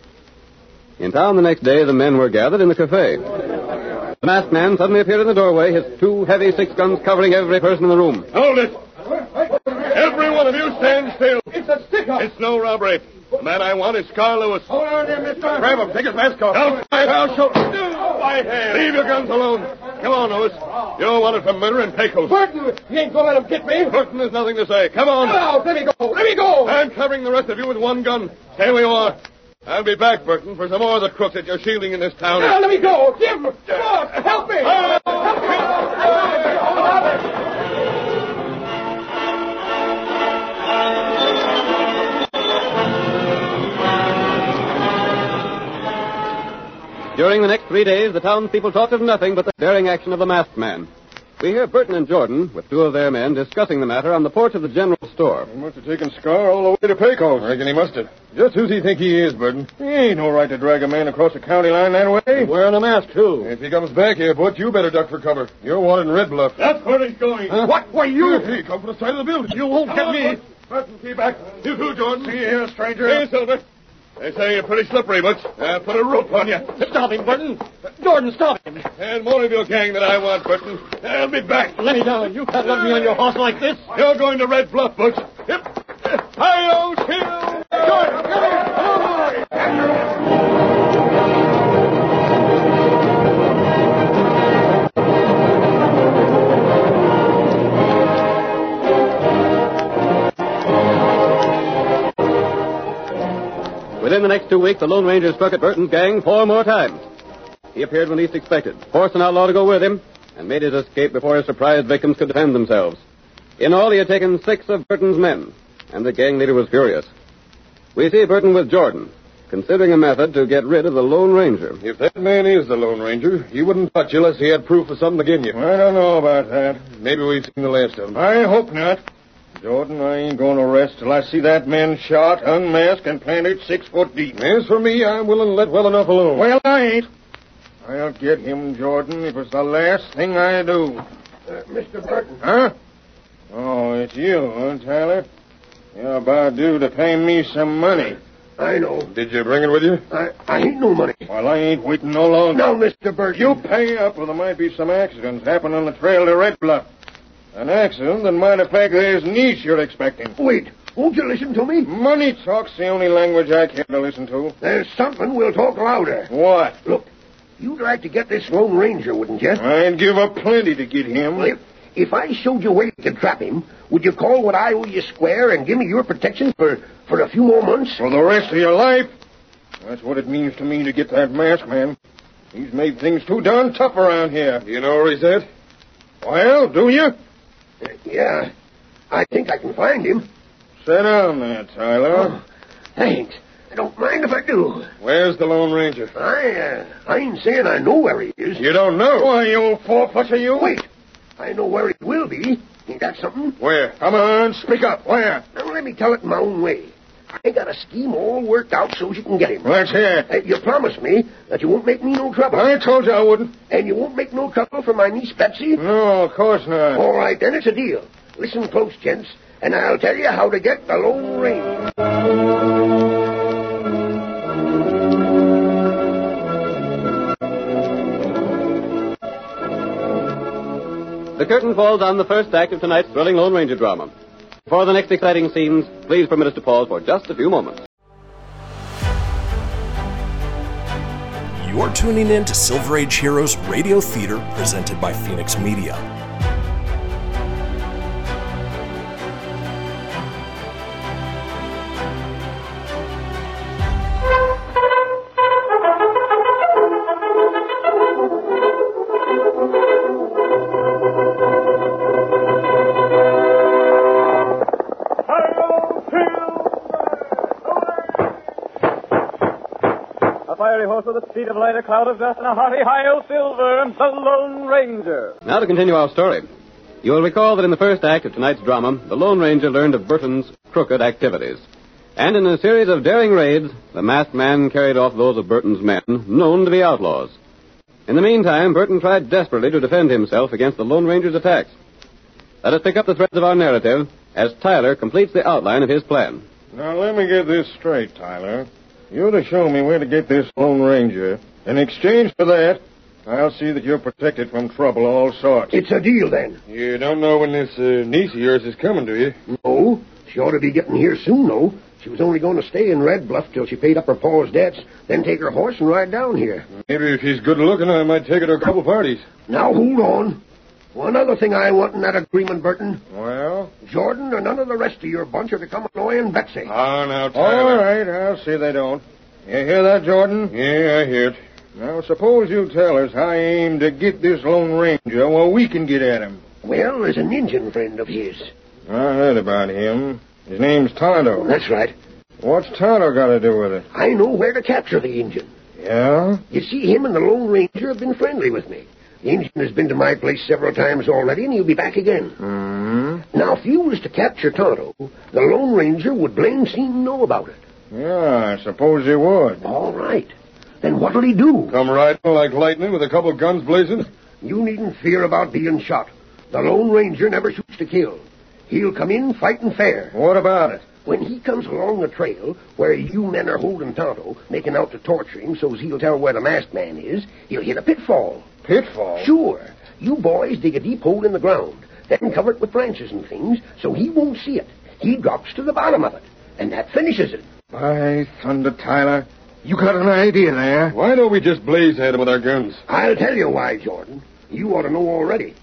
Speaker 2: In town the next day, the men were gathered in the cafe. The masked man suddenly appeared in the doorway, his two heavy six guns covering every person in the room.
Speaker 8: Hold it! Every one of you stand still. It's a stick-up. It's no robbery. The man I want is Carl Lewis. Hold on there, mister. Grab him. Take his mask off. Out my house. Show... My hand. Leave your guns alone. Come on, Lewis. You're wanted for murder in Pecos. Burton, you ain't gonna let him get me. Burton, there's nothing to say. Come on.
Speaker 13: Now, let me go. Let me go.
Speaker 8: I'm covering the rest of you with one gun. Stay where you are. I'll be back, Burton, for some more of the crooks that you're shielding in this town.
Speaker 13: Now, let me go. Jim, God, help me.
Speaker 8: Ah.
Speaker 13: Help me.
Speaker 2: During the next three days, the townspeople talked of nothing but the daring action of the masked man. We hear Burton and Jordan, with two of their men, discussing the matter on the porch of the general store.
Speaker 4: He must have taken Scar all the way to Pecos. I reckon he must have. Just who's he think he is, Burton? He ain't no right to drag a man across the county line that way. Wearing a mask, too. If he comes back here, Butch, you better duck for cover. You're wanted in Red Bluff.
Speaker 8: That's where he's going.
Speaker 4: What?
Speaker 8: Why, you-
Speaker 4: Hey, come from the side of the building. You won't
Speaker 8: Come on, Burton. Burton, keep back. You too, Jordan. See you here, stranger. Here, Silver. They say you're pretty slippery, Butch. I'll put a rope on you.
Speaker 20: Stop him, Burton. Jordan, stop him.
Speaker 8: And more of your gang that I want, Burton. I'll be back.
Speaker 20: Let me down. You can't let me on your horse like this.
Speaker 8: You're going to Red Bluff, Butch. Yep.
Speaker 4: oh,
Speaker 8: Hi-yo, Hill.
Speaker 2: Within the next two weeks, the Lone Ranger struck at Burton's gang four more times. He appeared when least expected, forced an outlaw to go with him, and made his escape before his surprised victims could defend themselves. In all, he had taken six of Burton's men, and the gang leader was furious. We see Burton with Jordan, considering a method to get rid of the Lone Ranger.
Speaker 4: If that man is the Lone Ranger, he wouldn't touch you unless he had proof of something against you. I don't know about that. Maybe we've seen the last of him. I hope not. Jordan, I ain't going to rest till I see that man shot, unmasked, and planted six foot deep. As for me, I'm willing to let well enough alone. Well, I ain't. I'll get him, Jordan, if it's the last thing I do.
Speaker 13: Uh, Mr. Burton.
Speaker 4: Huh? Oh, it's you, huh, Tyler? You're about due to pay me some money.
Speaker 13: I know.
Speaker 4: Did you bring it with you?
Speaker 13: I, I ain't no money.
Speaker 4: Well, I ain't waiting no longer.
Speaker 13: No, Mr. Burton.
Speaker 4: You pay up, or there might be some accidents happen on the trail to Red Bluff. An accident that might affect his niece you're expecting.
Speaker 13: Wait. Won't you listen to me?
Speaker 4: Money talk's the only language I care to listen to.
Speaker 13: There's something we'll talk louder.
Speaker 4: What?
Speaker 13: Look, you'd like to get this Lone Ranger, wouldn't you?
Speaker 4: I'd give up plenty to get him.
Speaker 13: Well, if, if I showed you where you could trap him, would you call what I owe you square and give me your protection for, for a few more months?
Speaker 4: For the rest of your life? That's what it means to me to get that mask man. He's made things too darn tough around here. You know where he's at? Well, do you?
Speaker 13: Uh, Yeah. I think I can find him. Oh,
Speaker 4: Sit down there, Tyler.
Speaker 13: Thanks. I don't mind if I do.
Speaker 4: Where's the Lone Ranger?
Speaker 13: I, uh, I ain't saying I know where he is.
Speaker 4: You don't know? Why, you old four-pusher, you?
Speaker 13: Wait. I know where he will be. Ain't that something?
Speaker 4: Where? Come on, speak up. Where?
Speaker 13: Now, let me tell it my own way. I got a scheme all worked out so you can get him.
Speaker 4: Let's hear it.
Speaker 13: Uh, you promised me that you won't make me no trouble.
Speaker 4: I told you I wouldn't.
Speaker 13: And you won't make no trouble for my niece Betsy?
Speaker 4: No, of course not.
Speaker 13: All right, then it's a deal. Listen close, gents, and I'll tell you how to get the Lone Ranger.
Speaker 2: The curtain falls on the first act of tonight's thrilling Lone Ranger drama. Before the next exciting scenes, please permit us to pause for just a few moments.
Speaker 11: You're tuning in to Silver Age Heroes Radio Theater presented by Phoenix Media.
Speaker 7: A fiery horse with a speed of light, a cloud of dust, and a hearty high o silver, and the Lone Ranger.
Speaker 2: Now to continue our story. You will recall that in the first act of tonight's drama, the Lone Ranger learned of Burton's crooked activities. And in a series of daring raids, the masked man carried off those of Burton's men, known to be outlaws. In the meantime, Burton tried desperately to defend himself against the Lone Ranger's attacks. Let us pick up the threads of our narrative as Tyler completes the outline of his plan.
Speaker 4: Now, let me get this straight, Tyler. You're to show me where to get this Lone Ranger. In exchange for that, I'll see that you're protected from trouble of all sorts.
Speaker 13: It's a deal, then.
Speaker 4: You don't know when this uh, niece of yours is coming, do you?
Speaker 13: No, she ought to be getting here soon, though. She was only going to stay in Red Bluff till she paid up her pa's debts, then take her horse and ride down here.
Speaker 4: Maybe if she's good looking, I might take her to a couple parties.
Speaker 13: Now, hold on. One other thing I want in that agreement, Burton.
Speaker 4: Well?
Speaker 13: Jordan or none of the rest of your bunch are to come annoying Betsy.
Speaker 4: Oh, now,
Speaker 13: Tyler.
Speaker 4: All right, I'll see they don't. You hear that, Jordan? Yeah, I hear it. Now, suppose you tell us how you aim to get this Lone Ranger where we can get at him.
Speaker 13: Well, there's an Indian friend of his.
Speaker 4: I heard about him. His name's Tonto.
Speaker 13: Oh, That's right.
Speaker 4: What's Tonto got to do with it?
Speaker 13: I know where to capture the Indian.
Speaker 4: Yeah?
Speaker 13: You see, him and the Lone Ranger have been friendly with me. The Indian has been to my place several times already, and he'll be back again.
Speaker 4: Hmm?
Speaker 13: Now, if you was to capture Tonto, the Lone Ranger would blame seem know about it.
Speaker 4: Yeah, I suppose he would.
Speaker 13: All right. Then what'll he do?
Speaker 4: Come riding like lightning with a couple guns blazing?
Speaker 13: You needn't fear about being shot. The Lone Ranger never shoots to kill. He'll come in fighting fair.
Speaker 4: What about it?
Speaker 13: When he comes along the trail where you men are holding Tonto, making out to torture him so's he'll tell where the masked man is, he'll hit a pitfall.
Speaker 4: Pitfall?
Speaker 13: Sure. You boys dig a deep hole in the ground, then cover it with branches and things so he won't see it. He drops to the bottom of it, and that finishes it.
Speaker 4: By thunder, Tyler. You got an idea there. Why don't we just blaze at him with our guns?
Speaker 13: I'll tell you why, Jordan. You ought to know already.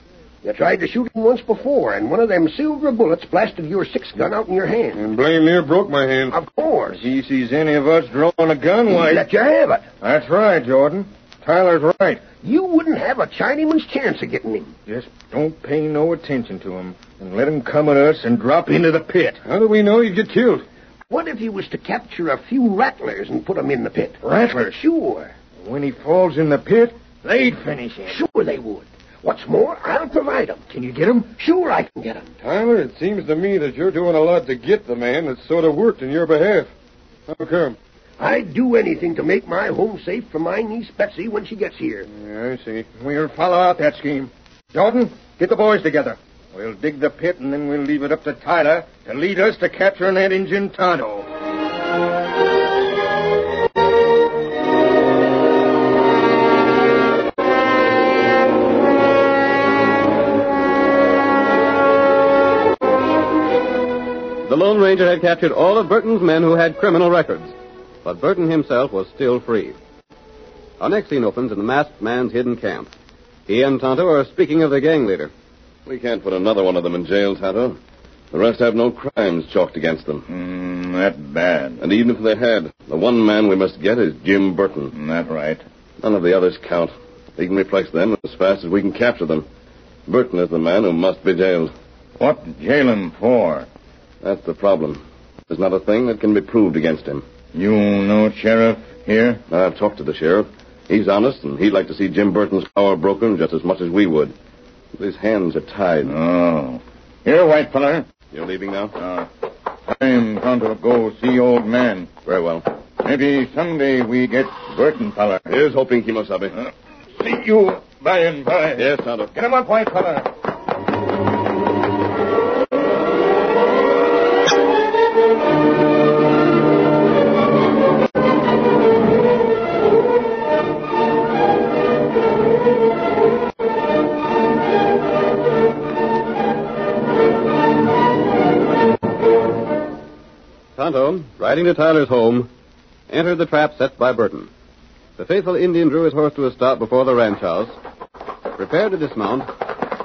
Speaker 13: You tried to shoot him once before, and one of them silver bullets blasted your six gun out in your hand.
Speaker 4: And blame near broke my hand.
Speaker 13: Of course.
Speaker 4: If he sees any of us drawing a gun, why...
Speaker 13: Let you have it.
Speaker 4: That's right, Jordan. Tyler's right.
Speaker 13: You wouldn't have a Chinaman's chance of getting him.
Speaker 4: Just don't pay no attention to him and let him come at us and drop into the pit. How do we know he'd get killed?
Speaker 13: What if you was to capture a few rattlers and put 'em in the pit?
Speaker 4: Rattlers?
Speaker 13: Sure.
Speaker 4: When he falls in the pit, they'd finish him.
Speaker 13: Sure they would. What's more, I'll provide 'em.
Speaker 4: Can you get him?
Speaker 13: Sure I can get 'em.
Speaker 4: Tyler, it seems to me that you're doing a lot to get the man that sort of worked in your behalf. How come?
Speaker 13: I'd do anything to make my home safe for my niece Betsy when she gets here.
Speaker 4: Yeah, I see. We'll follow out that scheme. Jordan, get the boys together. We'll dig the pit and then we'll leave it up to Tyler to lead us to capturing that Injun Tonto.
Speaker 2: The Lone Ranger had captured all of Burton's men who had criminal records, but Burton himself was still free. Our next scene opens in the masked man's hidden camp. He and Tonto are speaking of their gang leader.
Speaker 8: We can't put another one of them in jail, Tonto. The rest have no crimes chalked against them. Mm, that bad. And even if they had, the one man we must get is Jim Burton. Hmm, that right. None of the others count. We can replace them as fast as we can capture them. Burton is the man who must be jailed. What jail him for? That's the problem. There's not a thing that can be proved against him. You know Sheriff here? I've talked to the Sheriff. He's honest, and he'd like to see Jim Burton's power broken just as much as we would. His hands are tied. Oh. Ah.
Speaker 14: Here, white feller.
Speaker 8: You're leaving now?
Speaker 14: Uh, I'm going to
Speaker 8: Oh,
Speaker 14: go see old man.
Speaker 8: Very well.
Speaker 14: Maybe someday we get Burton feller.
Speaker 8: Here's hoping, Kimosabe.
Speaker 14: see you by and by.
Speaker 8: Yes, Tonto.
Speaker 14: Get him up, white feller.
Speaker 12: Tonto, riding to Tyler's home, entered the trap set by Burton. The faithful Indian drew his horse to a stop before the ranch house, prepared to dismount,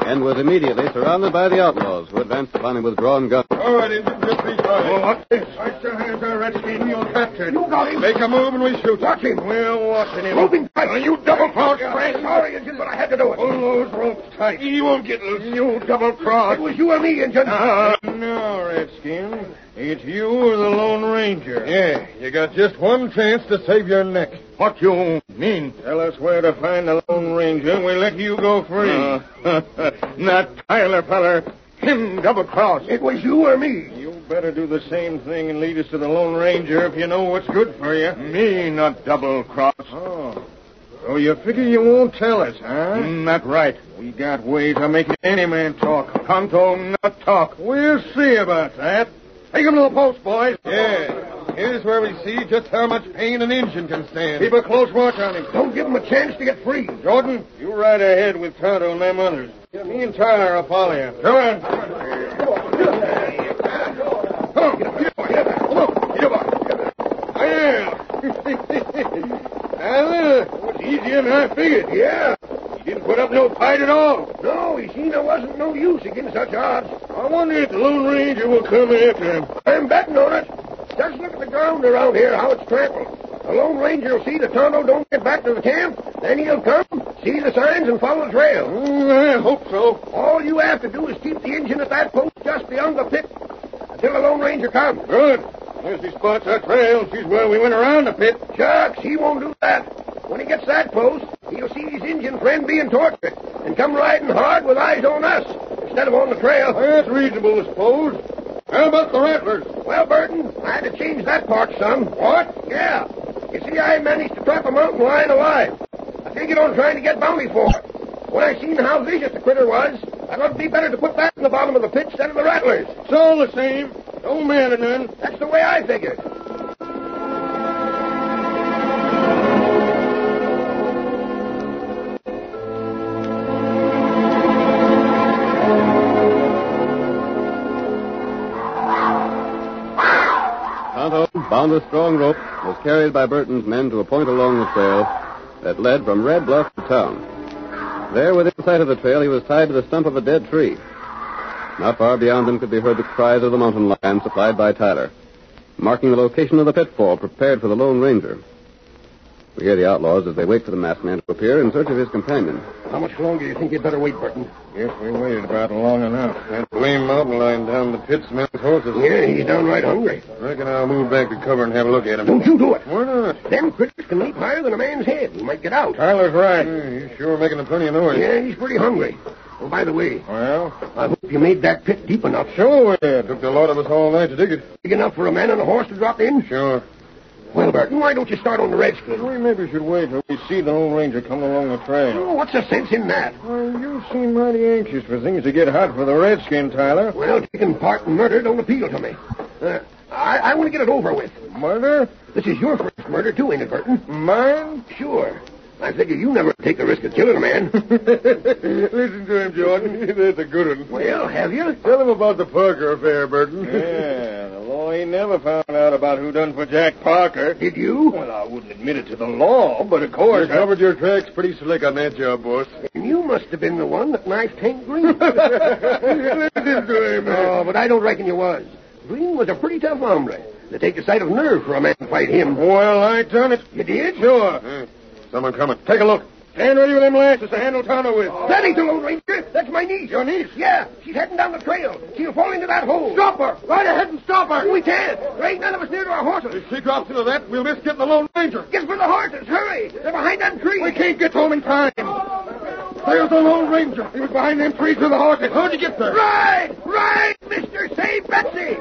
Speaker 12: and was immediately surrounded by the outlaws who advanced upon him with drawn guns.
Speaker 4: All right, Indian, just be quiet. Oh, what's this? Right your hands there, Redskin. You're captured. You got him. Make a move and we shoot. Watch him. We're watching him. Moving tight. you double crossed Brad. Sorry, Injun, but I had to do it. Pull those ropes tight. He won't get loose. You double crossed. It was you and me, Injun.
Speaker 14: Ah,
Speaker 4: no, Redskin. It's you or the Lone Ranger. Yeah, you got just one chance to save your neck. What you mean? Tell us where to find the Lone Ranger, and we let you go free. Uh,
Speaker 14: Not Tyler feller. Him double cross.
Speaker 4: It was you or me. You better do the same thing and lead us to the Lone Ranger if you know what's good for you. Me not double cross. Oh. So you figure you won't tell us, huh? Mm, Not right. We got ways of making any man talk. Tonto, not talk. We'll see about that. Take him to the post, boys. Yeah. Here's where we see just how much pain an engine can stand. Keep a close watch on him. Don't give him a chance to get free. Jordan, you ride ahead with Tonto and them others. Me and Tyler will follow you. Come on. Tyler, it was easier than I figured.
Speaker 13: Yeah.
Speaker 4: He didn't put up no fight at all.
Speaker 13: No, he seen there wasn't no use against such odds.
Speaker 4: I wonder if the Lone Ranger will come after him.
Speaker 13: I'm betting on it. Just look at the ground around here, how it's trampled. The Lone Ranger will see that Tonto don't get back to the camp. Then he'll come, see the signs, and follow the trail.
Speaker 4: Mm, I hope so.
Speaker 13: All you have to do is keep the engine at that post just beyond the pit until the Lone Ranger comes.
Speaker 4: Good. Unless he spots our trail, she's where we went around the pit.
Speaker 13: Shucks, he won't do that. When he gets that post, he'll see his Indian friend being tortured and come riding hard with eyes on us instead of on the trail.
Speaker 4: That's reasonable, I suppose. How about the rattlers?
Speaker 13: Well, Burton, I had to change that part some.
Speaker 4: What?
Speaker 13: Yeah. You see, I managed to trap a mountain lion alive. I figured on trying to get bounty for it. When I seen how vicious the critter was, I thought it'd be better to put that in the bottom of the pit instead of the rattlers.
Speaker 4: It's all the same. No man and none.
Speaker 13: That's the way I figured.
Speaker 12: Tonto, bound with strong rope, was carried by Burton's men to a point along the trail that led from Red Bluff to town. There, within sight of the trail, he was tied to the stump of a dead tree. Not far beyond them could be heard the cries of the mountain lion supplied by Tyler, marking the location of the pitfall prepared for the Lone Ranger. We hear the outlaws as they wait for the masked man to appear in search of his companion.
Speaker 13: How much longer do you think you'd better wait, Burton?
Speaker 4: Guess we waited about long enough. That lame mountain lion down the pit's men's horses.
Speaker 13: Yeah, he's downright hungry.
Speaker 4: Reckon I'll move back to cover and have a look at him.
Speaker 13: Don't you do it.
Speaker 4: Why not?
Speaker 13: Them critters can leap higher than a man's head. He might get out.
Speaker 4: Tyler's right. he's sure making a plenty of noise.
Speaker 13: Yeah, he's pretty hungry. Oh, by the way,
Speaker 4: Well,
Speaker 13: I hope you made that pit deep enough.
Speaker 4: sure we did. Took the lot of us all night to dig it.
Speaker 13: Big enough for a man and a horse to drop in?
Speaker 4: Sure.
Speaker 13: Well, Burton, why don't you start on the redskin?
Speaker 4: We maybe should wait till we see the old ranger coming along the trail.
Speaker 13: Oh, what's the sense in that?
Speaker 4: Well, you seem mighty anxious for things to get hot for the redskin, Tyler.
Speaker 13: Well, taking part in murder don't appeal to me. Uh, I, I want to get it over with.
Speaker 4: Murder?
Speaker 13: This is your first murder, too, ain't it, Burton?
Speaker 4: Mine?
Speaker 13: Sure. I figure you never take the risk of killing a man.
Speaker 4: Listen to him, Jordan. That's a good one.
Speaker 13: well, have you?
Speaker 4: Tell him about the Parker affair, Burton.
Speaker 13: Yeah,
Speaker 4: the law ain't never found out about who done for Jack Parker.
Speaker 13: Did you?
Speaker 4: Well, I wouldn't admit it to the law, but of course.
Speaker 13: You
Speaker 4: covered your tracks pretty slick on that job, boss.
Speaker 13: You must have been the one that knifed Hank Green. oh, but I don't reckon you was. Green was a pretty tough hombre. To take a sight of nerve for a man to fight him.
Speaker 4: Well, I done it.
Speaker 13: You did?
Speaker 4: Sure. Someone coming. Take a look. Stand ready with them lances to handle Tonto with.
Speaker 13: Oh. That ain't the Lone Ranger. That's my niece. Your niece? Yeah. She's heading down the trail. She'll fall into that hole. Stop her. Right ahead and stop her. We can't. There ain't none of us near to our horses. If she drops into that, we'll miss getting the Lone Ranger. Get for the horses. Hurry. They're behind that tree. We can't get to them in time. There's the Lone Ranger. He was behind them trees with the horses. How'd you get there? Ride! Ride, mister! Save Betsy!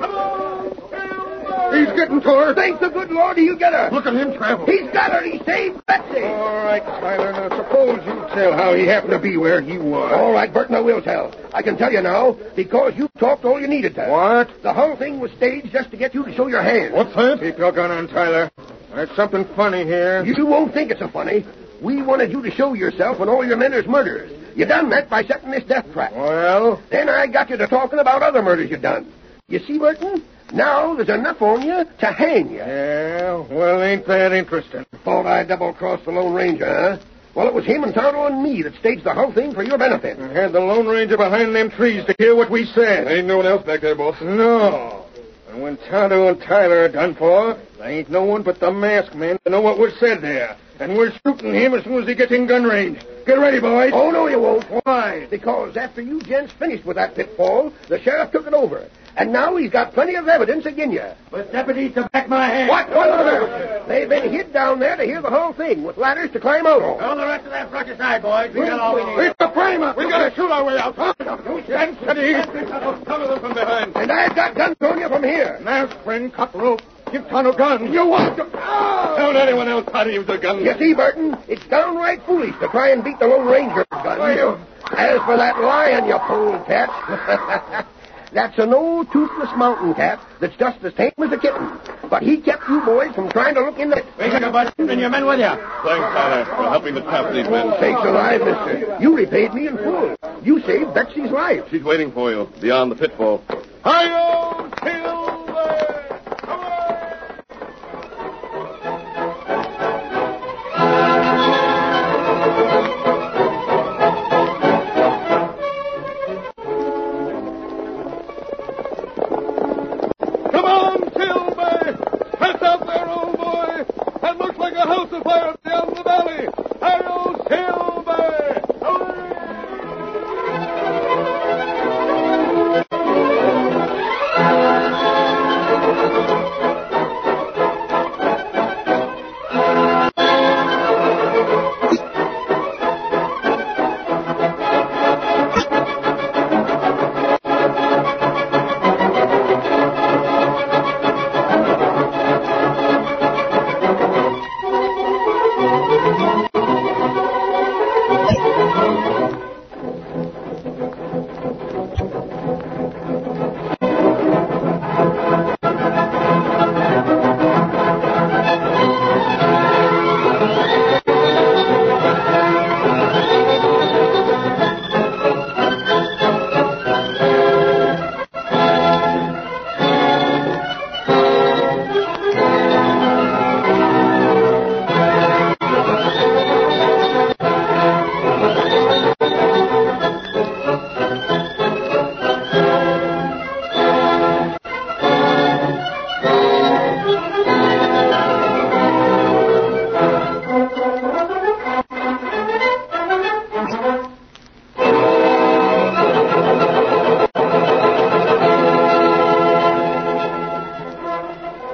Speaker 13: He's getting to her. Thank the good Lord he'll get her. Look at him travel. He's got her. He saved Betsy. All right, Tyler. Now, suppose you tell how he happened to be where he was. All right, Burton, I will tell. I can tell you now because you talked all you needed to. What? The whole thing was staged just to get you to show your hand.
Speaker 4: What's that? Keep your gun on Tyler. There's something funny here.
Speaker 13: You won't think it's so funny. We wanted you to show yourself when all your men is murderers. You done that by setting this death trap. Well? Then I got you to talking about other murders you done. You see, Burton? Now there's enough on you to hang you.
Speaker 4: Yeah, well, ain't that interesting?
Speaker 13: Thought I double-crossed the Lone Ranger, huh? Well, it was him and Tonto and me that staged the whole thing for your benefit.
Speaker 4: I had the Lone Ranger behind them trees to hear what we said. Oh. Ain't no one else back there, boss. No. And when Tonto and Tyler are done for, there ain't no one but the masked man to know what was said there. And we're shooting him as soon as he gets in gun range. Get ready, boys.
Speaker 13: Oh, no, you won't. Why? Because after you gents finished with that pitfall, the sheriff took it over. And now he's got plenty of evidence again you. But deputies to back my hand. What? What order? They've been hid down there to hear the whole thing with ladders to climb out on.
Speaker 21: All the rest of that fracas side, boys. We got all we need.
Speaker 13: It's the frame-up.
Speaker 21: We gotta shoot
Speaker 13: our way out. You gents, cover them from behind. And I've got guns on you from here.
Speaker 4: Masked friend, cut rope. Give Tonto gun. You want to...
Speaker 13: Don't anyone else try to use a gun. You see, Burton, it's downright foolish to try and beat the Lone Ranger with guns. As for that lion, you polecat, that's an old toothless mountain cat that's just the same as a kitten. But he kept you boys from trying to look into it.
Speaker 21: We took a bunch and your men with you.
Speaker 8: Thanks, Tyler, for helping to trap these men.
Speaker 13: Sakes alive, mister. You repaid me in full. You saved Betsy's life.
Speaker 8: She's waiting for you beyond the pitfall.
Speaker 22: Hi-yo, Come on, Silver! Press up there, old boy! That looks like a house afire down the valley! Hail, Silver!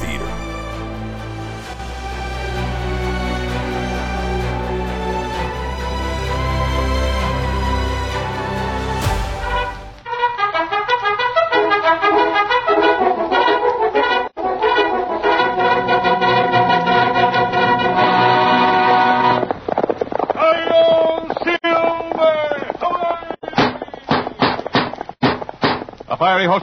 Speaker 11: Theater.
Speaker 2: A fiery horse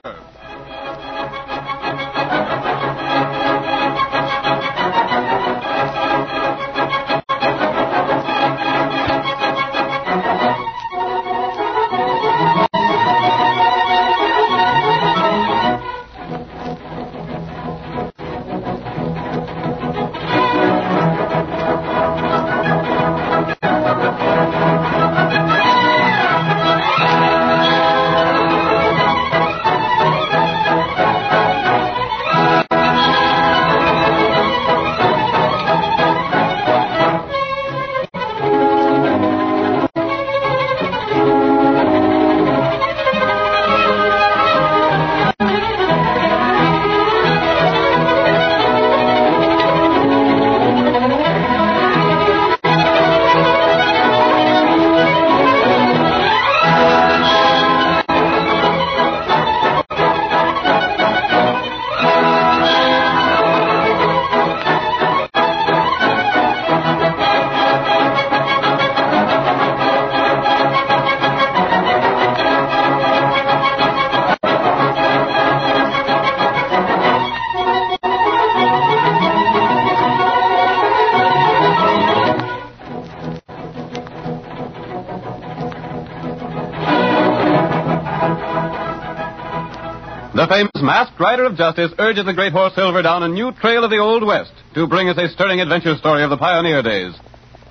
Speaker 2: The famous masked rider of justice urges the great horse Silver down a new trail of the Old West to bring us a stirring adventure story of the pioneer days.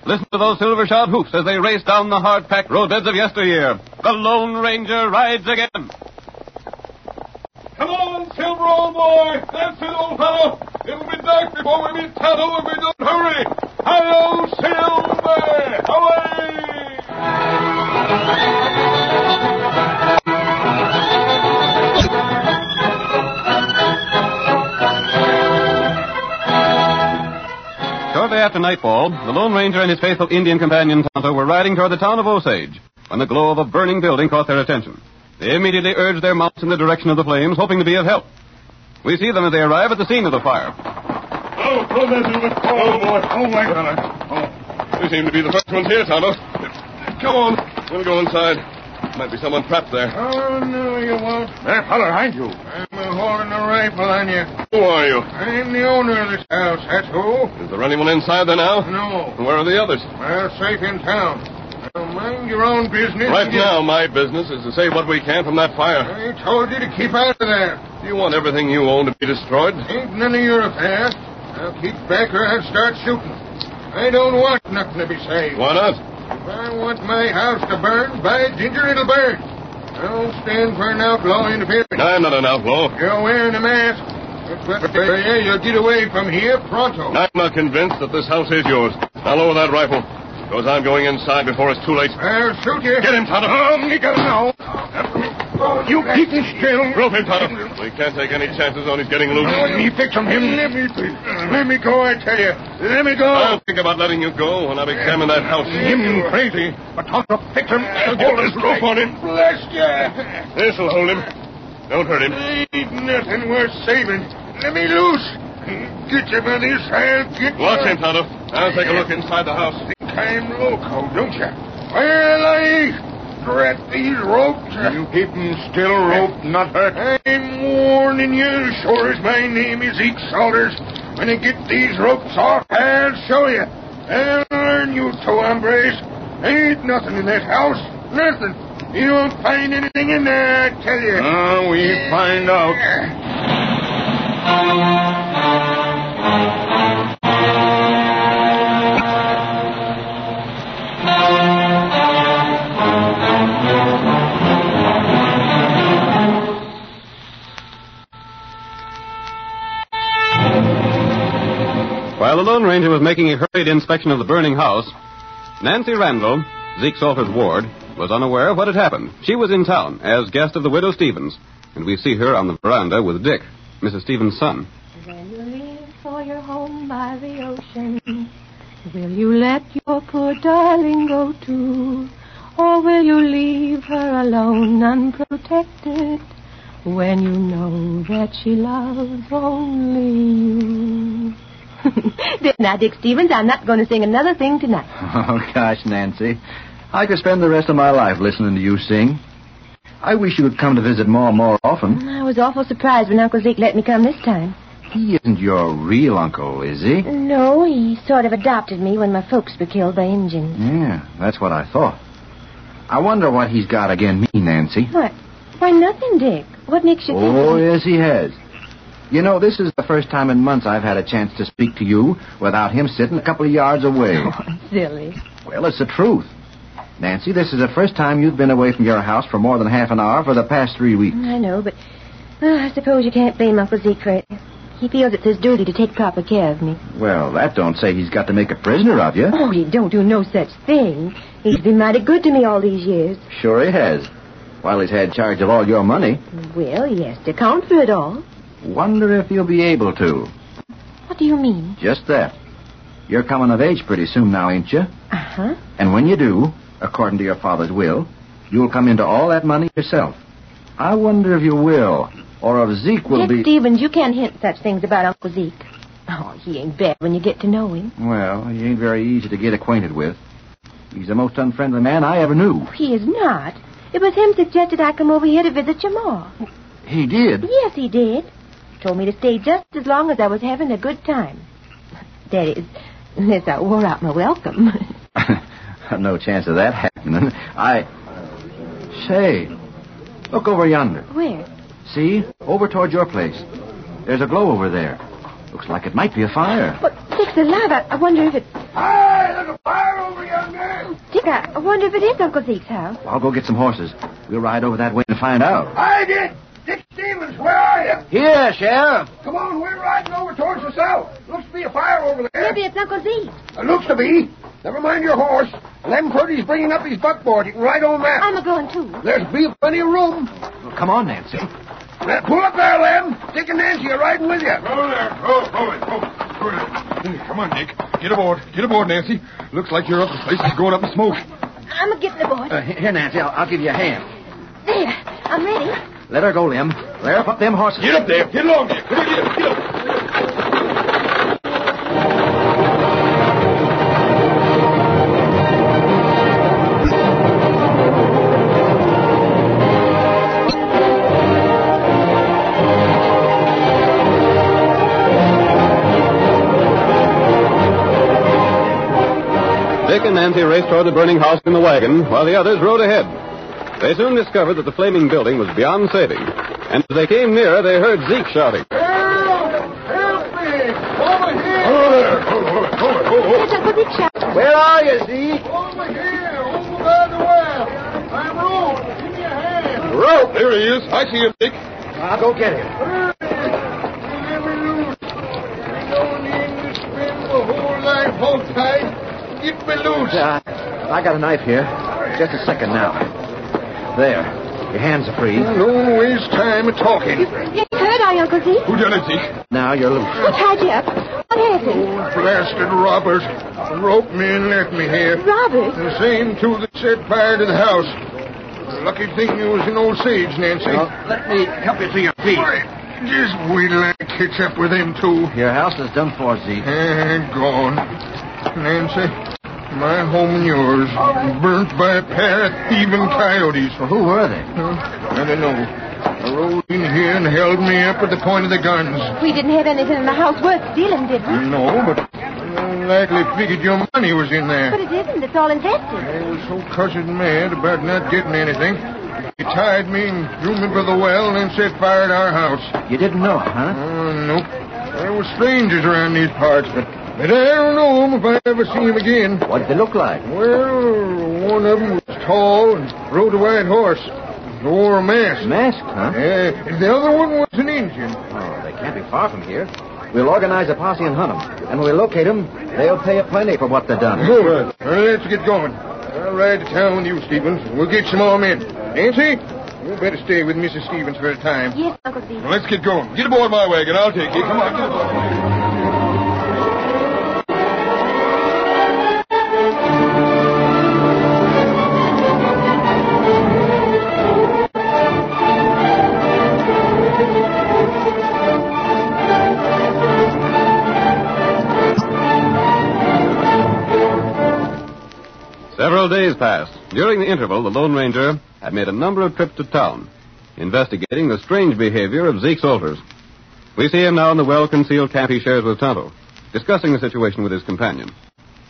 Speaker 2: Listen to those silver shod hoofs as they race down the hard packed roadbeds of yesteryear. The Lone Ranger rides again.
Speaker 23: Come on, Silver, old boy. That's it, old fellow. It'll be dark before we meet Tonto if we don't hurry. Hi-yo, Silver. Away.
Speaker 2: Shortly after nightfall, the Lone Ranger and his faithful Indian companion Tonto were riding toward the town of Osage when the glow of a burning building caught their attention. They immediately urged their mounts in the direction of the flames, hoping to be of help. We see them as they arrive at the scene of the fire.
Speaker 8: Oh, pull that over. Oh, boy. Oh, my God. Oh, we seem to be the first ones here, Tonto. Come on. We'll go inside. Might be someone trapped there.
Speaker 4: Oh, no, you won't.
Speaker 8: There, fellow, behind you.
Speaker 4: I'm a holding a rifle on you.
Speaker 8: Who are you?
Speaker 4: I'm the owner of this house, that's who.
Speaker 8: Is there anyone inside there now?
Speaker 4: No.
Speaker 8: And Where are the others?
Speaker 4: Well, safe in town. Now, mind your own business.
Speaker 8: Right
Speaker 4: and you-
Speaker 8: now, my business is to save what we can from that fire.
Speaker 4: I told you to keep out of there.
Speaker 8: Do you want everything you own to be destroyed?
Speaker 4: Ain't none of your affair. Now keep back or I'll start shooting. I don't want nothing to be saved.
Speaker 8: Why not?
Speaker 4: If I want my house to burn, by ginger it'll burn. I don't stand for an outlaw interference.
Speaker 8: I'm not an outlaw.
Speaker 4: You're wearing a mask. That's what yeah, you'll get away from here pronto.
Speaker 8: I'm not convinced that this house is yours. Now lower that rifle. Because I'm going inside before it's too late.
Speaker 4: I'll shoot you.
Speaker 8: Get him, Tonto.
Speaker 4: Oh, nigger, no. You keep him still.
Speaker 8: Rope him, Tonto. We can't take any chances on his getting loose.
Speaker 4: Let me fix him. Let me, let me go, I tell you. Let me go.
Speaker 8: I'll think about letting you go when I've examined that house.
Speaker 4: Him crazy.
Speaker 8: But Tonto, fix him. Hold this rope on him.
Speaker 4: Bless you.
Speaker 8: This'll hold him. Don't hurt him.
Speaker 4: Ain't nothing worth saving. Let me loose. Get you by this hand. Get
Speaker 8: Watch
Speaker 4: you.
Speaker 8: him, Tonto. I'll take a look inside the house.
Speaker 4: I'm loco, don't you? Well, I drat these ropes. You keep 'em still roped, not hurt. I'm warning you, sure as my name is Zeke Salters. When I get these ropes off, I'll show you. I'll learn you two hombres. Ain't nothing in that house. Nothing. You won't find anything in there, I tell you.
Speaker 8: Ah,
Speaker 4: Oh, we find out.
Speaker 2: While the Lone Ranger was making a hurried inspection of the burning house, Nancy Randall, Zeke Salter's ward, was unaware of what had happened. She was in town as guest of the widow Stevens, and we see her on the veranda with Dick, Mrs. Stevens' son.
Speaker 24: When you leave for your home by the ocean, will you let your poor darling go too? Or will you leave her alone, unprotected, when you know that she loves only you?
Speaker 25: now, Dick Stevens, I'm not going to sing another thing tonight.
Speaker 3: Oh, gosh, Nancy. I could spend the rest of my life listening to you sing. I wish you would come to visit Ma more often.
Speaker 25: I was awful surprised when Uncle Zeke let me come this time.
Speaker 3: He isn't your real uncle, is he?
Speaker 4: Oh.
Speaker 25: No, he sort of adopted me when my folks were killed by Injuns.
Speaker 3: Yeah, that's what I thought. I wonder what he's got again me, Nancy.
Speaker 25: What? Why, nothing, Dick. What makes you think?
Speaker 3: Oh, yes, he has. You know, this is the first time in months I've had a chance to speak to you without him sitting a couple of yards away.
Speaker 25: Silly.
Speaker 3: Well, it's the truth. Nancy, this is the first time you've been away from your house for more than half an hour for the past three weeks.
Speaker 25: I know, but uh, I suppose you can't blame Uncle Zeke for it. He feels it's his duty to take proper care of me.
Speaker 3: Well, that don't say he's got to make a prisoner of you.
Speaker 25: Oh, you don't do no such thing. He's been mighty good to me all these years.
Speaker 3: Sure he has. While he's had charge of all your money.
Speaker 25: Well, he has to account for it all.
Speaker 3: Wonder if you'll be able to.
Speaker 25: What do you mean?
Speaker 3: Just that. You're coming of age pretty soon now, ain't you?
Speaker 25: Uh-huh.
Speaker 3: And when you do, according to your father's will, you'll come into all that money yourself. I wonder if you will, or if Zeke will
Speaker 25: Dick
Speaker 3: be.
Speaker 25: Stevens, you can't hint such things about Uncle Zeke. Oh, he ain't bad when you get to know him.
Speaker 3: Well, he ain't very easy to get acquainted with. He's the most unfriendly man I ever knew.
Speaker 25: He is not. It was him suggested I come over here to visit your ma.
Speaker 3: He did.
Speaker 25: Yes, he did. Told me to stay just as long as I was having a good time. That is, unless I wore out my welcome.
Speaker 3: no chance of that happening. I. Say, look over yonder.
Speaker 25: Where?
Speaker 3: See? Over toward your place. There's a glow over there. Looks like it might be a fire.
Speaker 25: But Dick's alive. I, I wonder if it. Hey, there's a fire over yonder. Dick, I, I wonder if it is Uncle Zeke's house.
Speaker 3: I'll go get some horses. We'll ride over that way and find out.
Speaker 13: I did. Dick Stevens, where are you?
Speaker 3: Here, Sheriff.
Speaker 13: Come on, we're riding over towards the south. Looks to be a fire over there.
Speaker 25: Maybe it's Uncle Zeke.
Speaker 13: It looks to be. Never mind your horse. Lem Purdy's bringing up his buckboard. You can ride on that.
Speaker 25: I'm a-going, too.
Speaker 13: There's be plenty of room.
Speaker 3: Come on, Nancy.
Speaker 13: Now, pull up there, Lem. Dick and Nancy are riding with you.
Speaker 4: Go there. Go, go, go. go there. Hey, Come on, Dick. Get aboard. Get aboard, Nancy. Looks like your uncle's place is going up in smoke.
Speaker 25: I'm a getting aboard.
Speaker 3: Uh, he- here, Nancy, I'll, I'll give you a hand.
Speaker 25: There. I'm ready.
Speaker 3: Let her go, Lem. Let her up them horses.
Speaker 4: Get up there. Get along there. Come here, get up.
Speaker 2: Dick and Nancy raced toward the burning house in the wagon, while the others rode ahead. They soon discovered that the flaming building was beyond saving, and as they came nearer, they heard Zeke shouting.
Speaker 25: It's Uncle Zeke's house.
Speaker 3: Where are you, Zeke?
Speaker 26: Over here, over by the well. I'm rolled. Give me a hand.
Speaker 4: Rope! There he is. I see him, Dick.
Speaker 3: I'll go get him.
Speaker 26: Whole life hold tight. Get me loose.
Speaker 3: Uh, I got a knife here. Just a second now. There. Your hands are free.
Speaker 4: Don't waste time talking.
Speaker 25: You hurt, are you, Uncle Zeke?
Speaker 4: Who done it, Zeke?
Speaker 3: Now you're loose.
Speaker 25: What tied you up? What happened?
Speaker 4: Blasted robbers. Rope me and left me here.
Speaker 25: Robbers?
Speaker 4: The same two that set fire to the house. Lucky thing you was an Osage, Nancy.
Speaker 3: let me help you to your feet.
Speaker 4: just wait till I catch up with them two.
Speaker 3: Your house is done for, Zeke.
Speaker 4: gone. Nancy, my home and yours burnt by a pair of thieving coyotes.
Speaker 3: who were they?
Speaker 4: I don't know. They rode in here and held me up at the point of the guns.
Speaker 25: We didn't have anything in the house worth stealing, did we?
Speaker 4: No, but Likely figured your money was in there.
Speaker 25: But it isn't. It's all invested.
Speaker 4: I was so cussed mad about not getting anything. He tied me and threw me into the well and then set fire to our house. You didn't know, huh? Oh, nope. There were strangers around these parts, but, but I don't know 'em if I ever see them again. What'd they look like? Well, one of 'em was tall and rode a white horse. He Wore a mask. Mask, huh? Yeah, and the other one was an Indian.
Speaker 3: Oh, they can't be far from here. We'll organize a posse and hunt 'em. And when we locate 'em, they'll pay you plenty for what they've done.
Speaker 4: Good. Well, let's get going. I'll ride to town with you, Stevens. We'll get some more men. Nancy, you better stay with Mrs. Stevens for a time.
Speaker 25: Yes, Uncle Steve.
Speaker 4: Well, let's get going. Get aboard my wagon. I'll take you. Come on.
Speaker 2: Several days passed. During the interval, the Lone Ranger had made a number of trips to town, investigating the strange behavior of Zeke's alters. We see him now in the well concealed camp he shares with Tonto, discussing the situation with his companion.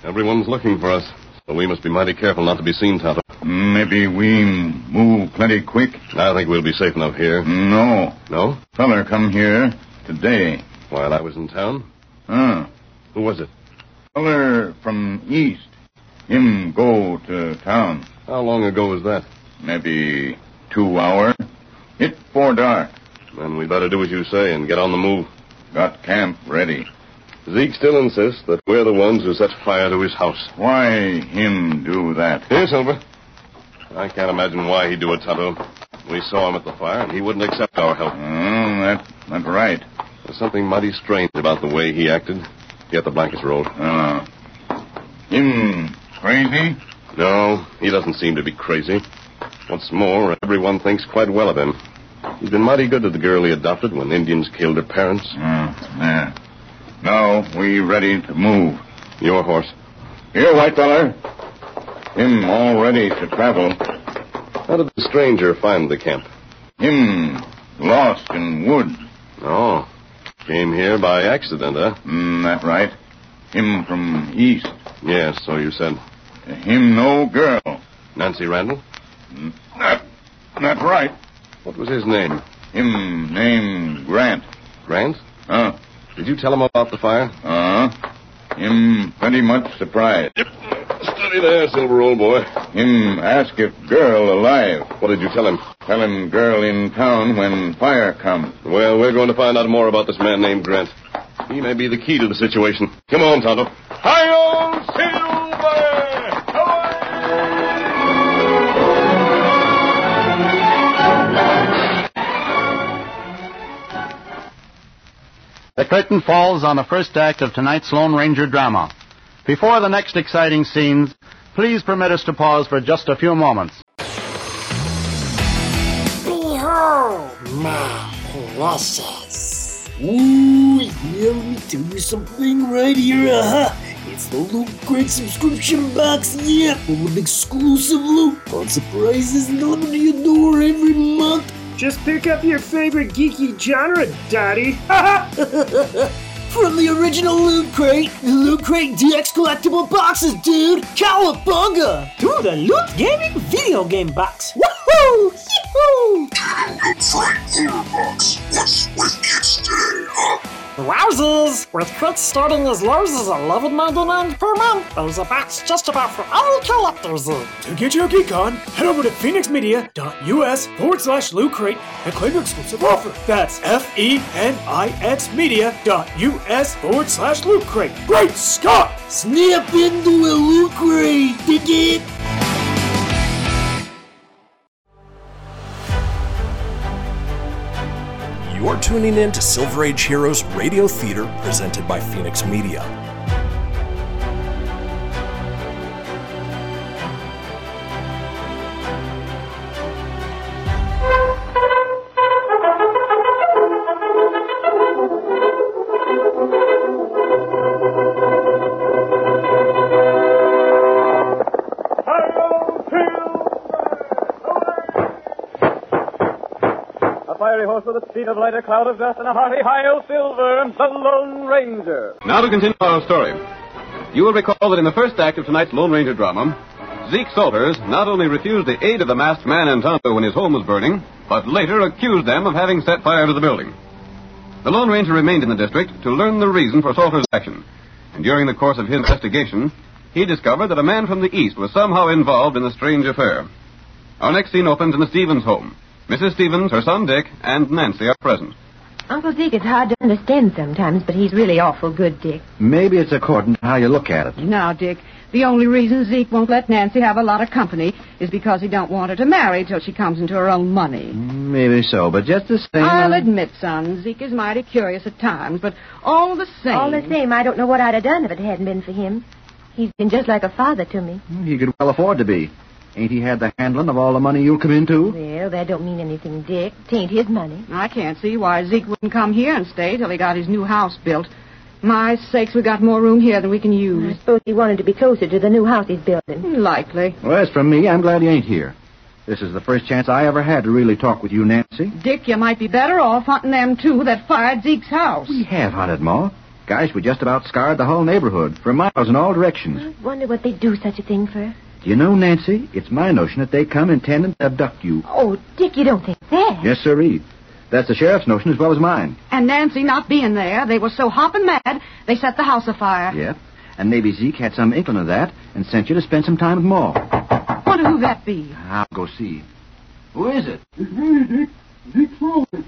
Speaker 8: Everyone's looking for us, so we must be mighty careful not to be seen, Tonto.
Speaker 27: Maybe we move plenty quick.
Speaker 8: I think we'll be safe enough here.
Speaker 27: No.
Speaker 8: No?
Speaker 27: Feller come here today.
Speaker 8: While I was in town?
Speaker 27: Huh.
Speaker 8: Who was it?
Speaker 27: Feller from east. Him go to town.
Speaker 8: How long ago was that?
Speaker 27: Maybe two hour. It for dark.
Speaker 8: Then we better do as you say and get on the move.
Speaker 27: Got camp ready.
Speaker 8: Zeke still insists that we're the ones who set fire to his house.
Speaker 27: Why him do that?
Speaker 8: Here, Silver. I can't imagine why he'd do it, Tonto. We saw him at the fire, and he wouldn't accept our help.
Speaker 27: Mm, that, that's right.
Speaker 8: There's something mighty strange about the way he acted. Get the blankets rolled.
Speaker 27: Uh, him crazy?
Speaker 8: No, he doesn't seem to be crazy. What's more, everyone thinks quite well of him. He's been mighty good to the girl he adopted when Indians killed her parents.
Speaker 27: Yeah. Uh, Now we ready to move.
Speaker 8: Your horse.
Speaker 27: Here, white feller. Him all ready to travel.
Speaker 8: How did the stranger find the camp?
Speaker 27: Him lost in wood.
Speaker 8: Oh, came here by accident, huh?
Speaker 27: Mm, that right. Him from east.
Speaker 8: Yes, so you said.
Speaker 27: Him no girl.
Speaker 8: Nancy Randall?
Speaker 27: That, that right.
Speaker 8: What was his name?
Speaker 27: Him name Grant.
Speaker 8: Grant?
Speaker 27: Huh?
Speaker 8: Did you tell him about the fire?
Speaker 27: Uh huh. Him pretty much surprised.
Speaker 8: Steady there, Silver, old boy.
Speaker 27: Him ask if girl alive.
Speaker 8: What did you tell him?
Speaker 27: Tell him girl in town when fire come.
Speaker 8: Well, we're going to find out more about this man named Grant. He may be the key to the situation. Come on, Tonto.
Speaker 22: Hi-yo, Silver!
Speaker 28: The curtain falls on the first act of tonight's Lone Ranger drama. Before the next exciting scenes, please permit us to pause for just a few moments.
Speaker 10: Behold my process. Ooh, yeah, let me tell you something right here. Uh-huh. It's the Loot Crate subscription box, yeah, full of exclusive loot, fun surprises delivered to your door every month.
Speaker 29: Just pick up your favorite geeky genre, Daddy.
Speaker 10: From the original Loot Crate, the Loot Crate DX collectible boxes, dude! Cowabunga! To the Loot Gaming video game box! Woohoo! Yee-hoo!
Speaker 30: It's right here, Box. What's with kids today, huh?
Speaker 1: Rouses!
Speaker 29: With crits starting as low as 11.99 per month, there's a box just about for all collectors.
Speaker 1: To get your geek on, head over to phoenixmedia.us forward slash loot crate and claim your exclusive offer. That's E F-E-N-I-X media.us forward slash loot crate. Great Scott!
Speaker 10: Snap into a Loot Crate! Dig it?
Speaker 11: You're tuning in to Silver Age Heroes Radio Theater presented by Phoenix Media.
Speaker 7: A fiery horse with a speed of light, a cloud of dust, and a hearty high o silver, the Lone Ranger.
Speaker 2: Now to continue our story. You will recall that in the first act of tonight's Lone Ranger drama, Zeke Salters not only refused the aid of the masked man and Tonto when his home was burning, but later accused them of having set fire to the building. The Lone Ranger remained in the district to learn the reason for Salters' action, and during the course of his investigation, he discovered that a man from the East was somehow involved in the strange affair. Our next scene opens in the Stevens home. Mrs. Stevens, her son Dick, and Nancy are present.
Speaker 25: Uncle Zeke is hard to understand sometimes, but he's really awful good, Dick.
Speaker 3: Maybe it's according to how you look at it.
Speaker 19: Now, Dick, the only reason Zeke won't let Nancy have a lot of company is because he don't want her to marry till she comes into her own money.
Speaker 3: Maybe so, but just the same.
Speaker 19: I'll
Speaker 3: I-
Speaker 19: admit, son, Zeke is mighty curious at times, but all the same.
Speaker 25: All the same, I don't know what I'd have done if it hadn't been for him. He's been just like a father to me.
Speaker 3: He could well afford to be. Ain't he had the handling of all the money you'll come into?
Speaker 19: Well, that don't mean anything, Dick. Tain't his money. I can't see why Zeke wouldn't come here and stay till he got his new house built. My sakes, we got more room here than we can use. I suppose he wanted to be closer to the new house he's building. Likely.
Speaker 3: Well, as for me, I'm glad he ain't here. This is the first chance I ever had to really talk with you, Nancy.
Speaker 19: Dick, you might be better off hunting them two that fired Zeke's house.
Speaker 3: We have hunted, Ma. Gosh, we just about scarred the whole neighborhood for miles in all directions.
Speaker 25: Wonder what they'd do such a thing for.
Speaker 3: Do you know, Nancy, it's my notion that they come intending to abduct you.
Speaker 25: Oh, Dick, you don't think that.
Speaker 3: Yes, sirree. That's the sheriff's notion as well as mine.
Speaker 19: And Nancy not being there, they were so hopping mad, they set the house afire.
Speaker 3: Yep. And maybe Zeke had some inkling of that and sent you to spend some time with Ma.
Speaker 19: Wonder who that be.
Speaker 3: I'll go see. Who is it?
Speaker 19: It's me, Dick. Dick Salters.